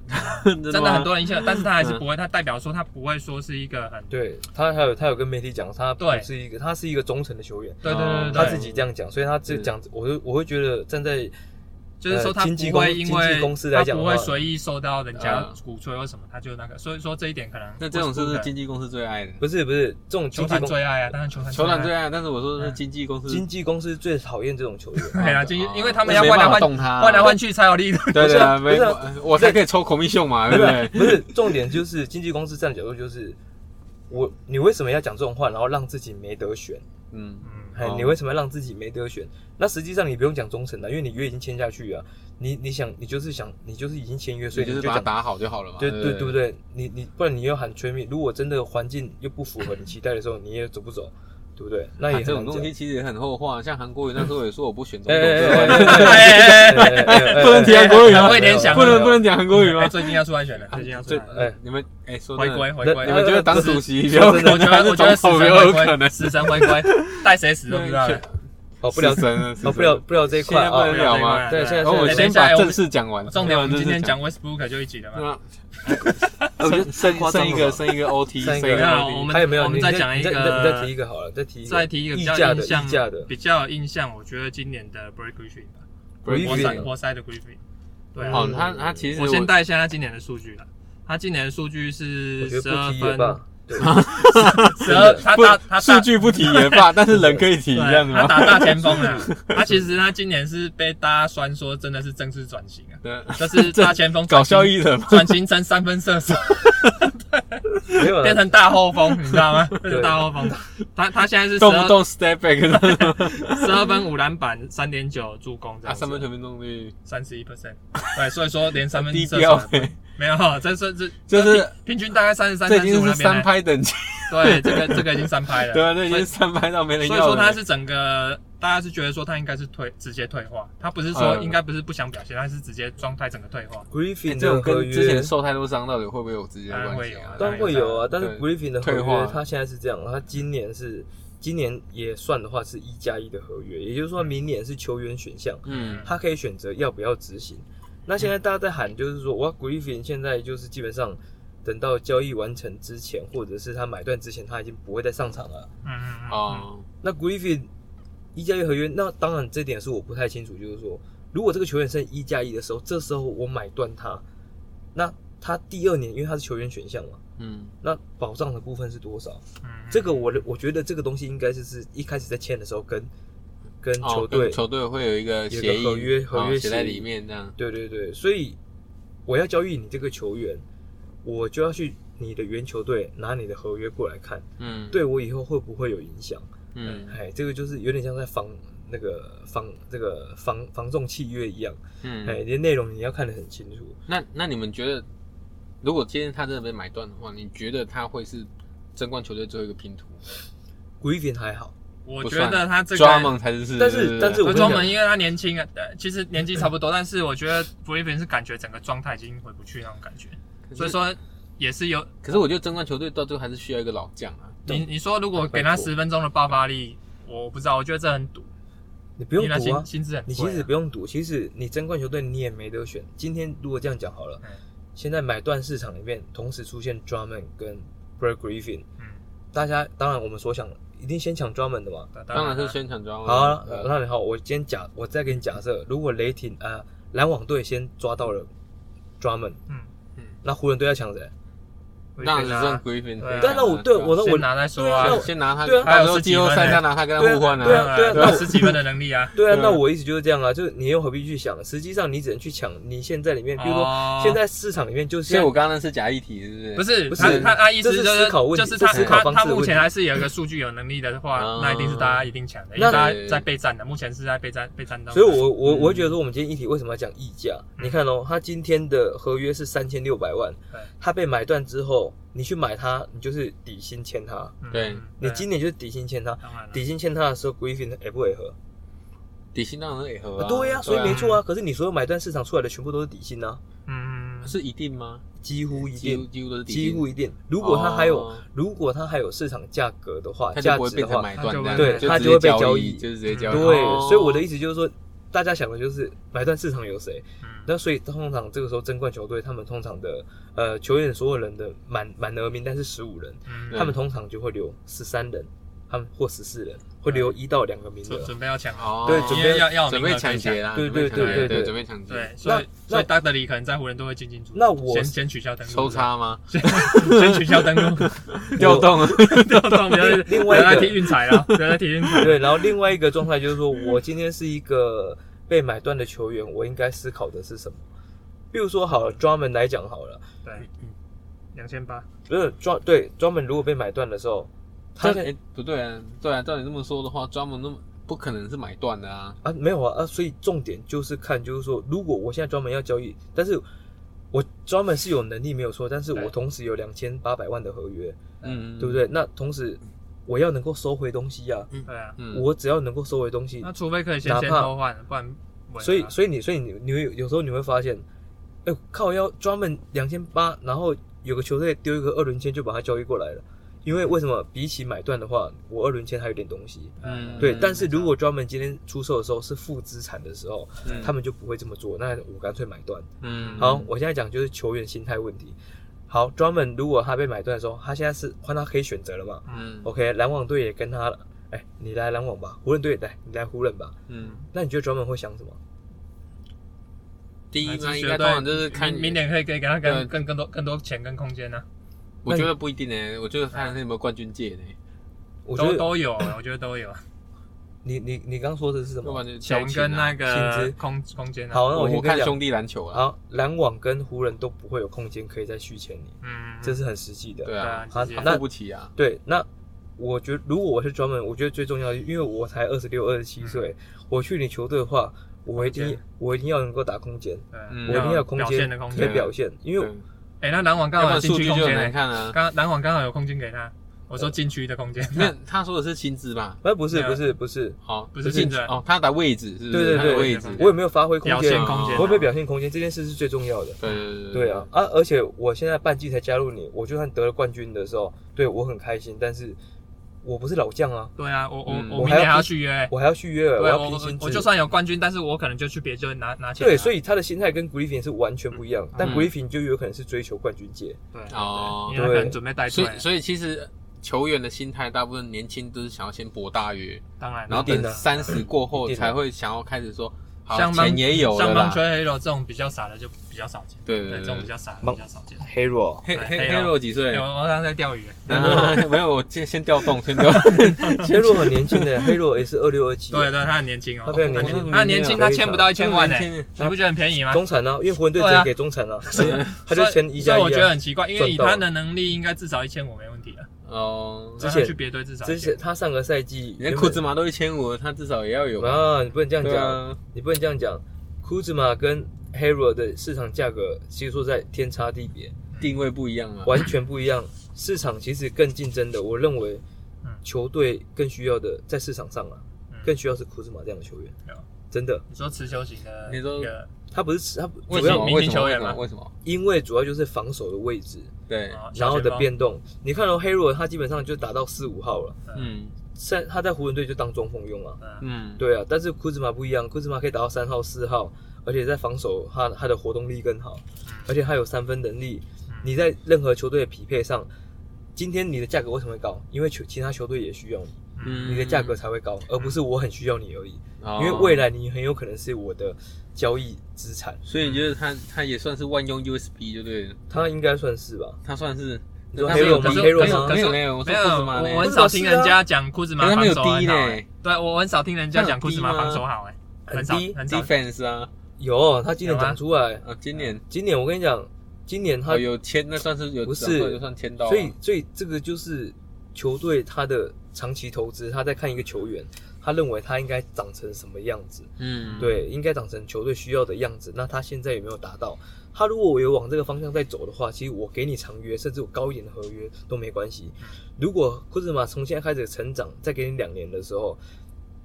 S1: 真
S2: 真的
S1: 吗
S2: 很多人现在，但是他还是不会，他代表说他不会说是一个很
S3: 嗯对他还有他有跟媒体讲，他不
S2: 对
S3: 是一个他是一个忠诚的球员，
S2: 对对对对
S3: 哦他
S2: 对，
S3: 自己这样讲，所以他这
S1: 是
S3: 讲，我就我会觉得站在
S2: 就是说他
S3: 呃经纪
S2: 不
S3: 公
S2: 会因为
S3: 经纪公司来讲
S2: 他
S3: 的
S2: 不
S3: 话
S2: 会随意受到人家
S1: 嗯
S2: 鼓吹或什么，他就那个，所以说这一点可能
S1: 那这种是不是
S2: Westbrook
S1: 经纪公司最爱的？
S3: 不是不是这种
S2: 球
S3: 经纪
S2: 团
S3: 公
S2: 最爱啊？当然球团
S1: 球团最
S2: 爱。
S1: 爱，但是我说的是经纪公司，
S3: 经纪公司最讨厌这种球员，
S2: 对啊，
S1: 哦
S2: 经纪
S1: 哦，
S2: 因为他们
S1: 那
S2: 要
S1: 没
S2: 换来
S1: 办法
S2: 换
S1: 动他
S2: 换来换去才有利润。
S1: 对对啊，
S3: 不是
S1: 没
S3: 啊
S1: 我才可以抽孔明秀啊嘛，对不对？
S3: 不是重点，就是经纪公司站的角度就是，我你为什么要讲这种话，然后让自己没得选？
S1: 嗯，
S2: 嗯，
S3: 哎、
S1: 哦
S3: 你为什么要让自己没得选？那实际上你不用讲忠诚了，因为你约已经签下去啊，你你想你就是想你就是已经签约，所
S1: 所以
S3: 以
S1: 就
S3: 你
S1: 是把它
S3: 讲。
S1: 打好就好了嘛，
S3: 对对
S1: 对
S3: 对不对？你你不然你又喊全民，如果真的环境又不符合你期待的时候，你也走不走，对不对？那
S1: 啊
S3: 也
S1: 这种
S3: 很难
S1: 东
S3: 讲。
S1: 西其实也很后话，像韩国瑜那时候也说我不选总
S3: 哎
S1: 统，
S3: 哎
S1: 对吧
S3: 哎哎哎哎 哎哎哎
S1: 不能提韩啊国瑜吗？
S2: 我有点想
S1: 不能不能讲韩国瑜吗
S2: 哎？最近要出来选了，最近要出
S1: 啊最
S2: 来了
S3: 哎
S1: 你们哎说
S2: 回
S1: 真的
S2: 归回归。
S1: 你们觉得当主 席有
S2: 我
S1: 可
S2: 觉
S1: 能还
S2: 得
S1: 是
S2: 我 觉得
S1: 总
S2: 死
S1: 统
S2: 神
S1: 有
S2: 回
S1: 可
S2: 归，
S1: 能？
S2: 死神回归， 带谁死都不知道了。
S3: 哦，不聊
S1: 死神啊了，死神
S3: 哦，不聊。不聊这一块
S1: 现在不能
S3: 啊。
S1: 聊吗啊
S3: 对现在
S1: 然后我
S2: 哎等
S1: 先
S2: 一下
S1: 把
S2: 哎我
S1: 正
S2: 们
S1: 事讲完，
S2: 重点，我们今天
S1: 先
S2: 讲 Westbrook 就一集了
S1: 把
S2: 嘛。
S1: 正事讲 完。那剩剩一个，
S3: 了吧
S1: 剩一个 OT，
S3: 剩一个
S1: 剩一个
S2: 没有
S1: OT
S2: 我们
S3: 还有没有？
S2: 我们
S3: 你
S2: 再
S3: 再
S2: 讲一
S3: 你再
S2: 个
S3: 你再提一个好了，再提一个，
S2: 再提一个比
S3: 溢
S2: 较
S3: 价
S2: 印
S3: 的
S2: 象
S3: 溢价的。
S2: 比较有印象，我觉得今年的 Break Griffin 吧，
S3: Griffin
S2: 活
S1: Griffin
S2: 塞活塞的 Griffin。对啊
S1: 哦，，他他其实
S2: 我先带一下他今年的数据了。他今年的数据是
S3: 我觉得
S2: 十二
S3: 不提也
S2: 分，
S3: 罢， 对，
S2: 十二他打他
S1: 数
S2: 打
S1: 据不提也 罢，但是人可以提，
S2: 对
S1: 这样子
S2: 他
S1: 吗？
S2: 打大前锋啊，他其实他今年是被大家酸说真的是正式转型啊，
S1: 对，
S2: 就是大前锋
S1: 搞
S2: 转型
S1: 笑艺人嘛，
S2: 转型成三 分射手，
S3: 没 有
S2: 变
S3: 啦，
S2: 成大后锋，你知道 吗？变成大后锋，他他现在是十
S1: 动不
S2: 二
S1: 动 step back，
S2: 十二分五篮板三点九助攻这
S1: 他啊
S2: 样
S3: 啊
S1: 三分球
S2: 子，
S1: 命中率
S2: 三十一 percent，对，所以说连三分
S1: 低
S2: 射
S1: 标
S2: 手，没有，这是这
S1: 就是
S2: 这平平均大概三十三
S1: 这
S2: 三
S1: 已
S2: 十
S1: 经
S2: 五
S1: 是
S2: 那边
S1: 三
S2: 来，
S1: 拍等级，
S2: 对，这个这个已经三拍了，
S1: 对啊，这已
S2: 所以
S1: 经三拍到没人
S2: 所以
S1: 要
S2: 说
S1: 了。
S2: 他是整个大家是觉得说他应该是退直接退化，他不是说
S1: 嗯
S2: 应该不是不想表现，他是直接状态整个退化。
S1: 欸
S3: Griffin
S1: 这种
S3: 的合
S1: 跟之
S3: 约
S1: 前受太多伤，到底会不会有直接的关系啊？
S3: 当然会有啊，但是
S1: 对
S3: Griffin 的合
S1: 退化
S3: 约他现在是这样，他今年是今年也算的话是一加一的合约，也就是说明年是球员选项，
S1: 嗯，
S3: 他可以选择要不要执行。那现在大家在喊就是说，哇，Griffin 现在就是基本上等到交易完成之前，或者是他买断之前，他已经不会再上场了。
S2: 嗯嗯嗯嗯，
S1: 哦，
S3: 那 Griffin 一加一合约，那当然这点是我不太清楚，就是说，如果这个球员剩一加一的时候，这时候我买断他，那他第二年因为他是球员选项嘛，
S1: 嗯，
S3: 那保障的部分是多少？
S2: 嗯
S3: 这个我的我觉得这个东西应该就是一开始在签的时候跟跟
S1: 哦
S3: 球
S1: 跟
S3: 队、
S1: 球队会有一个协
S3: 有
S1: 议
S3: 个合约合约
S1: 哦写在
S3: 协议
S1: 里面这样。
S3: 对对对，所以我要交易你这个球员，我就要去你的原球队拿你的合约过来看，
S1: 嗯，，
S3: 对我以后会不会有影响？
S1: 嗯
S3: 哎，这个就是有点像在防那个防这个防防重契约一样，哎，
S1: 嗯。
S3: 连内容你要看得很清楚。
S1: 那那你们觉得，如果今天他真的被买断的话，你觉得他会是争冠球队最后一个拼图？
S3: Griffin 还好，
S2: 我
S1: 不
S2: 觉
S1: 算
S2: 得他这
S1: 抓
S2: 个
S1: 梦才是是，
S3: 但是但是我
S2: 他
S3: 跟你讲
S2: 专门因为他年轻啊，呃其实年纪差不多，但是我觉得 Griffin 是感觉整个状态已经回不去那种感觉，所以，说也是有
S1: 可是可是我觉得争冠球队到最后还是需要一个老将啊。
S3: 对
S2: 你你说如果给他
S3: 没错
S2: 十分钟的爆发力，我不知道，我觉得这很赌，
S3: 你不
S2: 因
S3: 用
S2: 为他
S3: 赌啊
S2: 薪，薪资很
S3: 你
S2: 贵啊
S3: 其实不用赌，其实你争冠球队你也没得选。今天如果这样讲好了
S2: 嗯，
S3: 现在买断市场里面同时出现 Drummond 跟 Brad Griffin，
S2: 嗯，
S3: 大家当然我们所想一定先抢 Drummond 的嘛。
S1: 当然是宣传抓梦。
S3: 好、啊，
S1: 对
S2: 哦
S3: 那你好，我今天假我再给你假设，如果雷霆啊篮网队先抓到了 Drummond，
S2: 嗯，
S3: 那湖人队要抢谁？
S1: 那只
S2: Griffin 啊
S1: 剩 Griffin
S2: 对啊。
S3: 但那我对我那
S2: 先
S3: 我
S2: 拿再说
S3: 对
S2: 啊
S3: 啊那
S1: 啊
S3: 我，
S1: 先拿他，
S3: 对啊
S1: 到时候季后赛再拿他跟他互换
S3: 对啊对啊那我
S2: 十几分的能力啊，
S3: 对啊，
S1: 对啊
S3: 那我意思就是这样啊，就是你又何必去想？实际上你只能去抢你现在里面， 比如说
S2: 哦
S3: 现在市场里面就是
S1: 所以我刚刚那是假议题，是不是？
S2: 不是，
S3: 啊不是
S2: 他他他意思
S3: 这是
S2: 就是
S3: 思考问题
S2: 就是他
S3: 这是思考
S2: 他
S3: 方式
S2: 他
S3: 的问
S2: 目
S3: 题啊
S2: 前还是有一个数据有能力的话
S1: 嗯，
S2: 那一定是大家一定抢的，因
S3: 那
S2: 为大家在备战的，目前是在备战备战当
S3: 所
S2: 中。
S3: 以我，我我
S1: 嗯
S3: 会觉得说，我们今天议题为什么要讲溢价？
S2: 嗯
S3: 你看哦，他今天的合约是三千六百万
S2: 对，
S3: 他被买断之后，你去买他，你就是底薪签他，
S2: 嗯
S1: 对嗯
S2: 嗯
S3: 你今年就是底薪签他。
S2: 当然了
S3: 底薪签他的时候，Griffin 也不违和，
S1: 底薪当然是也合啊。
S3: 对呀、所以没
S1: 啊
S3: 错啊。可是你所有买断市场出来的全部都是底薪啊，
S2: 嗯，嗯
S1: 是一定吗？
S3: 几乎一
S1: 几乎
S3: 定，
S1: 几乎都是底薪
S3: 几乎一定。如果他还有，
S1: 哦
S3: 如果他还有市场价格的话，
S1: 他就
S3: 价
S1: 不会
S3: 值的
S1: 变成
S3: 话，
S1: 买断这样，
S2: 对
S1: 就
S3: 他
S1: 直
S3: 就
S1: 接
S3: 会被交
S1: 易，
S3: 易
S1: 就是直接交易。
S3: 对
S1: 哦，
S3: 所以我的意思就是说，大家想的就是买断市场有谁，
S2: 嗯
S3: 那所以通常这个时候争冠球队，他们通常的呃球员所有人的满满额名单是十五人，
S2: 嗯
S1: 对
S3: 他们通常就会留十三人，他们或十四人会留一到两个名额
S2: 准。准备要抢了，
S1: 哦，
S3: 对准
S2: 因
S3: 备
S2: 为要要有
S1: 准
S2: 名
S1: 备
S2: 额可
S1: 抢
S2: 以
S1: 劫
S2: 抢
S1: 啦，
S3: 对
S1: 准备
S3: 对
S1: 抢劫
S2: 对
S1: 对
S2: 对
S3: 对
S1: 准备抢劫，
S2: 对，所以
S3: 那
S2: 所以 d 德里可能在湖人都会进进出出。
S3: 那我
S2: 先先取消登录，
S1: 抽插 吗？
S2: 先取消登录，
S1: 调动啊，
S2: 不要动不要
S3: 另
S2: 不
S3: 外一
S2: 要再
S3: 个
S2: 提运彩了，不要再提运彩。
S3: 对，然后另外一个状态就是说，我今天是一个被买断的球员，我应该思考的是什么？比如说好了，专门来讲好了，
S2: 对，两千八，
S3: 不是专对专门如果被买断的时候，他
S1: 他
S3: 现
S1: 哎不对啊，对啊，照你这么说的话，专门那么不可能是买断的啊，
S3: 啊，没有啊，啊，所以重点就是看，就是说，如果我现在专门要交易，但是我专门是有能力没有错，但是
S2: 对
S3: 我同时有两千八百万的合约，
S1: 嗯，
S3: 对不？对？那同时我要能够收回东西呀、啊，
S2: 对啊，
S1: 嗯，
S3: 我只要能够收回东西，
S2: 那除非可以先
S3: 哪
S2: 先
S3: 怕
S2: 偷换，不然不会
S3: 所以
S2: 啊
S3: 所以你所以你你会有有时候你会发现，哎、靠，要专门两千八，然后有个球队丢一个二轮签就把它交易过来了，因为为什么？比起买断的话，我二轮签还有点东西。
S1: 嗯
S3: 对，
S1: 嗯
S3: 但是如果专门今天出售的时候是负资产的时候，他们就不会这么做。那我干脆买断。
S1: 嗯
S3: 好，我现在讲就是球员心态问题。好，专门如果他被买断的时候，他现在是换他可以选择了嘛
S1: 嗯
S3: ？OK，篮网队也跟他了，哎、你来篮网吧，湖人队也来，你来湖人吧。
S1: 嗯，
S3: 那你觉得专门会想什么？
S1: 第一
S2: 还
S1: 呢，
S2: 是
S1: 应
S2: 绝
S1: 该
S2: 对
S1: 通常就是看
S2: 明明年可以给给他更
S1: 对
S2: 更更多更多钱跟空间呢、啊
S1: 我觉得不一定呢、我觉得看他有没有冠军戒呢、
S3: 我觉
S2: 都
S3: 得
S2: 都有，啊我觉得都有。
S3: 你你你刚说的是什
S1: 要不
S3: 么
S1: 然？就交
S2: 钱
S1: 情啊
S2: 跟那
S3: 薪
S2: 个
S3: 资
S2: 空空间啊，
S3: 好，那
S1: 我
S3: 我先
S1: 我
S3: 跟
S1: 看
S3: 你讲
S1: 兄，弟篮球啊，
S3: 好，篮网跟湖人都不会有空间可以再续签你，
S2: 嗯，
S3: 这是很实际的。
S1: 对
S2: 对
S1: 啊
S2: 啊，，
S3: 好
S2: 直接
S1: 也
S3: 那
S1: 付不起啊，
S3: 对，那我觉得如果我是专门，我觉得最重要的，因为我才二十六、二十七岁，我去你球队的话，我一定
S2: 空
S3: 我一定要能够打空间，
S2: 对啊
S1: 嗯
S3: 我一定要有空
S2: 表现
S3: 间
S2: 的空
S3: 可
S2: 间
S3: 以。表现，因为
S1: 对
S2: 哎，那篮网刚
S1: 要不然
S2: 好有禁
S1: 数
S2: 区
S1: 据
S2: 空
S1: 就很
S2: 间
S1: 难
S2: 欸，
S1: 看啊。
S2: 刚篮网刚好有空间给他。我说禁区的空间，
S1: 没有，他说的是薪资吧？
S3: 哎不是
S2: 对啊
S3: 不是不是，
S1: 哦，
S2: 不是
S1: 进
S2: 薪资啊
S1: 哦，他打位置是不
S3: 对
S1: 是？
S3: 对
S1: 他的
S3: 对
S1: 位置，
S3: 我有没有发挥空
S2: 表
S3: 间
S2: 现，空间
S1: 哦
S2: 啊，
S3: 我有没有表现空间，这件事是最重要的。
S1: 对对对
S3: 对啊，，啊！而且我现在半季才加入你，我就算得了冠军的时候，对我很开心，但是我不是老将啊，
S2: 对啊，我我
S1: 嗯
S2: 我
S3: 我
S2: 明
S3: 还要
S2: 年还要
S3: 拼
S2: 续约，
S3: 我还要续约了，
S2: 对啊
S3: 要
S2: 我
S3: 拼
S2: 我
S3: 薪资。
S2: 我就算有冠军，但是我可能就去别队拿拿钱啊。
S3: 对，所以他的心态跟 Griffin 是完全不一
S2: 嗯
S3: 样，但 Griffin 就有可能是追求冠军界。
S2: 对
S1: 哦
S2: 因为他可能准备带
S1: 所
S2: 队，啊
S1: 以所以其实球员的心态，大部分年轻都是想要先博大约，
S2: 当然
S1: 然后
S2: 了，
S3: 一定
S1: 等
S3: 的
S1: 三十过后
S3: 一定的
S1: 才会想要开始说，好
S2: 像
S1: 钱也有了
S2: 像
S1: 啦
S2: 帮。吹黑 o 这种比较傻的就比较少见，
S1: 对对
S2: 对，这种比较傻的
S3: 帮
S2: 比较少见。
S3: Hero，
S1: 黑黑
S2: 对
S1: 黑肉几岁
S2: 哎？我我刚刚在钓鱼，
S1: 没有，我先先调动，先调动。
S3: Hero 很年轻的，Hero 也是二六二七，
S2: 对对，他很年轻哦，
S3: 他非常年
S1: 我
S3: 轻
S1: 说，
S2: 他很年轻，他签不到一 千万呢，欸
S1: 年轻
S2: 你不觉得很便宜吗？
S3: 中产啊，因为湖人队直
S2: 对
S3: 接
S2: 啊
S3: 给中产啊，
S1: 人
S3: 他就签一加
S2: 所以我
S3: 一
S2: 觉得
S3: 啊。
S2: 很奇怪，因为以
S3: 赚到
S2: 他
S3: 了
S2: 的能力，应该至少一千五没问题了。
S1: 哦，
S3: 之
S2: 之
S3: 前
S2: 前去别队至少
S3: 之
S2: 一
S3: 前
S2: 千，
S3: 他上个赛季
S1: 你看库兹马都一千五，他至少也要有吧。
S3: 啊，你不能这样
S1: 对
S3: 讲，
S1: 啊，
S3: 你不能这样讲。库兹马跟 Hero 的市场价格其实说在天差地别，
S1: 定位不一样啊嘛。
S3: 完全不一样。市场其实更竞争的，我认为
S2: 嗯
S3: 球队更需要的在市场上啊，
S2: 嗯
S3: 更需要是库兹马这样的球员
S2: 对啊。
S3: 真的，
S2: 你说持球型的
S1: 你说
S2: 一个
S3: 他不是他不
S1: 为
S3: 主
S1: 什
S3: 要
S1: 么？
S2: 明
S1: 为
S2: 星
S1: 什么？
S2: 球
S1: 为
S2: 员
S1: 什么？
S2: 嘛
S1: 为什么？
S3: 因为主要就是防守的位置，
S1: 对，
S2: 啊小
S3: 然后
S2: 前
S3: 的
S2: 锋
S3: 变动。你看到、哦、黑罗他基本上就打到四五号了，
S1: 嗯
S3: 在他在湖人队就当中锋用啊。
S2: 嗯
S1: 嗯，
S3: 对啊，但是库兹马不一样，库兹马可以打到三号、四号，而且在防守他他的活动力更好，而且他有三分能力。
S2: 嗯
S3: 你在任何球队的匹配上，今天你的价格为什么会高？因为球其他球队也需要你，
S1: 嗯
S3: 你的价格才会高，而不是我很需要你而已。
S1: 哦
S3: 因为未来你很有可能是我的交易资产，
S1: 所以你觉得他他也算是万用 USB 就对了，
S3: 他应该算是吧？
S1: 他算是
S3: 你说
S1: 他没有
S3: Hero 吗
S1: 低
S3: Hero
S1: 没有
S3: 吗
S1: 没有
S2: 可是
S1: 没有，我
S2: 没
S1: 说
S2: 有，
S1: 库兹马呢
S2: 我我很少
S3: 啊
S2: 听人家讲库兹马
S1: 可是他
S2: 防
S1: 没有
S2: 守很
S1: 低
S2: 好、
S1: 呢
S2: 欸。对我我很少听人家讲库兹马防守好哎、欸，
S3: 很
S2: 很少
S3: 低
S2: 很少。
S1: defense 啊，
S3: 有，他今年
S2: 有吗
S3: 讲出来，
S1: 啊，今年
S3: 今年我跟你讲，今年他
S1: 哦有签，那算是有
S3: 不是
S1: 转会就算签到啊，
S3: 所以，所以这个就是球队他的长期投资，他在看一个球员，他认为他应该长成什么样子，
S1: 嗯，
S3: 对，应该长成球队需要的样子。那他现在有没有达到？他如果有往这个方向在走的话，其实我给你长约，甚至我高一点的合约都没关系。
S1: 嗯
S3: 如果库兹马从现在开始成长，再给你两年的时候，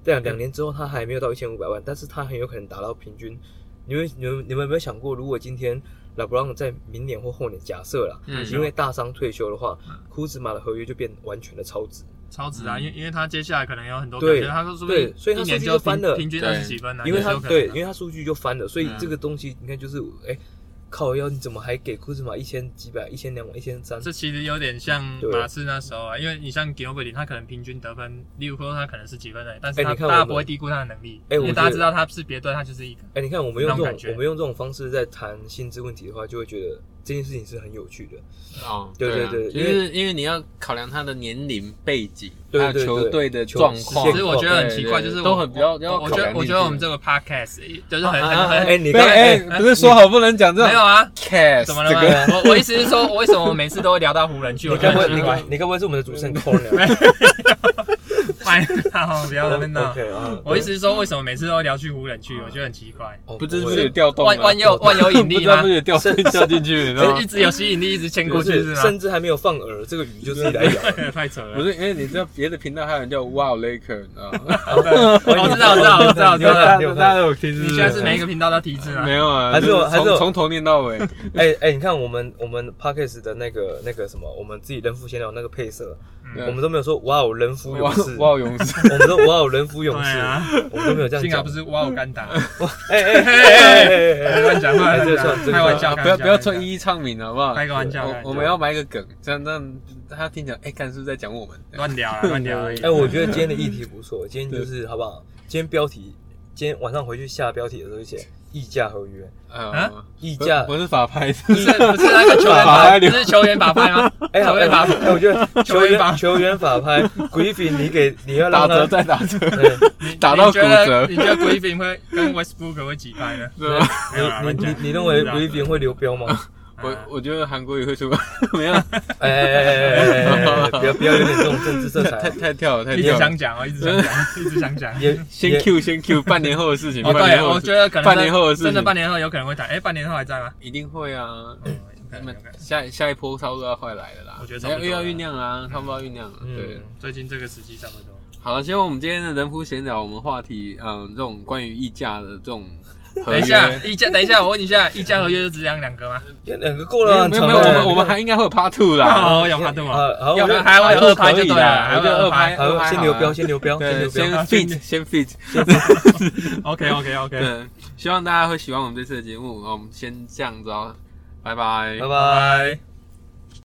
S3: 对啊，两年之后他还没有到一千五百万，但是他很有可能达到平均。你们、你们、你们有没有想过，如果今天拉布朗在明年或后年，假设啦，
S1: 嗯
S3: 因为大伤退休的话
S2: 嗯，
S3: 库兹马的合约就变完全的超值。
S2: 超值啊，因为因为他接下来可能有很多
S3: 嗯对
S2: 表现，他说说不
S3: 对
S2: 定
S3: 所以他
S2: 一年
S3: 数据
S2: 就
S3: 就翻
S2: 平
S3: 了
S2: 平均
S1: 对
S2: 二十几分啊，
S3: 因
S2: 也
S3: 为
S2: 是
S3: 他
S2: 有可能
S3: 对，
S2: 的
S3: 因为他数据就翻了，所以
S1: 嗯
S3: 这个东西你看就是，哎、靠腰你怎么还给库兹马一千几百、一千两百、一千三？
S2: 这其实有点像
S3: 对
S2: 马刺那时候啊，因为你像 Gilbert，他可能平均得分，例如说他可能是几分而已，但是
S3: 哎
S2: 他
S3: 你看
S2: 大家
S3: 我们
S2: 不会低估他的能力，
S3: 哎
S2: 因为
S3: 我觉
S2: 大家
S3: 得
S2: 知道他是别队，他就是一个
S3: 哎、你看我们用
S2: 那种
S3: 这种
S2: 感觉
S3: 我们用这种方式在谈薪资问题的话，就会觉得这件事情是很有趣的。
S1: 哦，
S3: 对
S1: 对啊
S3: 对对
S1: 就是因为你要考量他的年龄背景，
S3: 对
S1: 还有
S3: 对
S1: 球
S3: 对
S1: 队的
S3: 球
S1: 状
S3: 是
S1: 况
S2: 其，实我觉得很
S3: 哎
S2: 奇怪，
S1: 对
S2: 就是
S1: 对都
S2: 我
S1: 很比较要
S2: 我我
S1: 考
S2: 觉
S1: 量
S2: 得我
S1: 进
S2: 觉得
S1: 去
S2: 我们这个 podcast 就是很
S3: 啊
S2: 很
S3: 啊
S2: 很
S3: 哎你
S1: 对，
S3: 刚才
S1: 哎，不是说好不能讲这
S2: 没
S1: 种
S2: 有啊，
S1: cast，
S2: 怎么了
S1: 这
S2: 吗
S1: 个？
S2: 我我意思是说，我为什么每次都会聊到湖人去？
S3: 你
S2: 我
S3: 该
S2: 觉得
S3: 不会
S2: 很
S3: 你
S2: 奇怪
S3: 该，你该不会是我们的主持人 c o r n
S2: 拜 托不要在那 边闹。
S3: OK 啊，
S2: 我意思是说，为什么每次都会聊去湖人去？我觉得很奇怪，
S3: 哦
S1: 不知是不
S3: 会
S1: 是有调动啊？
S2: 万万有万有引
S1: 不
S2: 力
S1: 知道
S2: 吗
S1: 是？有掉
S3: 是
S1: 掉进去，你知道
S2: 就
S1: 吗
S2: 一？直有吸引力，一直牵过
S3: 不
S2: 去是
S3: 是，
S2: 吗
S3: 甚？至还没有放饵，这个鱼就自己来咬。
S2: 太扯了。
S1: 不是，因为你知道别的频道啊还有人叫 Wow Laker，你知道 吗？
S2: 我知道，我知道，我知道，我知
S3: 对
S2: 道
S3: 啊。
S1: 大家大家都有听，
S2: 你
S1: 不
S2: 现在是每一个频道都提字吗
S1: 没？有啊？
S3: 还是我
S1: 就
S3: 还是
S1: 从
S3: 我
S1: 从头念到尾，
S3: 哎哎、你看我们我们 podcast 的那个那个什么，我们自己人夫闲聊那个配色，
S2: 嗯
S3: 我们都没有说哇哦人夫勇
S1: 哇
S3: 士，
S1: 哇勇士，
S3: 我们都哇哦人夫勇士，
S2: 对啊
S3: 我们都没有这样
S2: 幸好
S3: 讲
S2: 不。是哇，我敢打，
S3: 哎哎哎哎哎！
S2: 乱讲话，
S3: 哎这
S2: 乱
S3: 个算这
S2: 讲
S3: 个
S2: 开玩笑，
S1: 不要不要
S2: 穿
S1: 穿一一唱名好不好？
S2: 开个玩笑，开玩
S1: 我
S2: 笑
S1: 我们要埋个梗，这样让他听起来，哎，看是不是在讲我们？
S2: 乱聊啊，乱聊而已。
S3: 哎，我觉得今天的议题不错，今天就是好不好？今天标题，今天晚上回去下标题的时候就写溢价合约，
S2: 啊
S1: 呃，
S3: 溢
S1: 不
S3: 价
S1: 不是法拍，
S2: 不是不是那个球员
S1: 法
S2: 法
S1: 拍
S2: 不
S1: 流
S2: 是球员法拍吗？
S3: 哎，好
S2: 球员法拍，
S3: 哎我觉得
S2: 球
S3: 球
S2: 员法
S3: 员球员法 拍，Griffin，你给你要
S1: 打
S3: 让
S1: 折
S3: 他哎
S1: 再打折，
S3: 对
S2: 你
S1: 打到
S2: 你觉得
S1: 骨折
S2: 你觉得 Griffin 会跟 Westbrook 会几拍呢？
S1: 对吧？
S2: 没有
S1: 啊
S2: 啦
S3: 你
S2: 乱
S3: 你
S2: 讲
S3: 你你认为
S2: 不知道
S3: Griffin 会流标吗？
S1: 我
S2: 啊
S1: 我觉得韩国也会出， 没有
S3: 哎哎哎哎哎哎哎哎，不 要不要有点这种政治色彩
S1: 太
S3: 啊，
S1: 太跳了，太
S2: 一直
S1: 跳了
S2: 想。讲哦，一直想讲，一直想讲。
S3: 也
S1: 先 Q 先 Q，半年后的事情，
S2: 哦，
S1: 半年
S2: 对，
S1: 后
S2: 我
S1: 的事
S2: 觉得可能
S1: 半年后的事情
S2: 真的半年后有可能会打。哎，半年后还在吗？
S1: 一定会啊。
S2: 嗯有可
S1: 那
S2: 能
S1: 么
S2: 有可能
S1: 下下一波差不多要快来了啦，
S2: 我觉得差不
S1: 要
S2: 多
S1: 又要
S2: 了
S1: 酝酿啦，差不多要酝酿了。啊
S3: 嗯
S1: 对，
S2: 最近这个时期差不多。
S1: 好了，希望我们今天的人夫闲聊，我们话题，嗯，这种关于议价的这种合
S2: 等
S1: 约，
S2: 一下，议价，等一下，我问一下，议价合约就只讲两个吗？
S3: 两个够
S1: 没
S3: 了
S1: 有
S3: 啊，
S1: 没有，
S3: 很
S1: 没有
S3: 长
S1: 我
S3: 欸
S1: 们我们还应该会有 Part Two 啦，
S2: 哦，要拍对吗？
S3: 啊好，
S1: 要不
S3: 我就
S1: 然
S2: 还有
S1: 还有
S2: 二拍就对了，
S1: 还
S2: 还
S1: 有
S2: 有
S1: 二
S2: 二
S1: 拍
S2: 拍。
S3: 好
S1: 都还好
S3: 呃先流标，先流标，先
S1: 对，
S3: 流标
S1: 先
S2: 啊
S1: fit 先 fit，
S2: OK OK OK，
S1: 嗯，希望大家会喜欢我们这次的节目，我们先这样子哦，拜拜，
S3: 拜拜。
S2: 拜。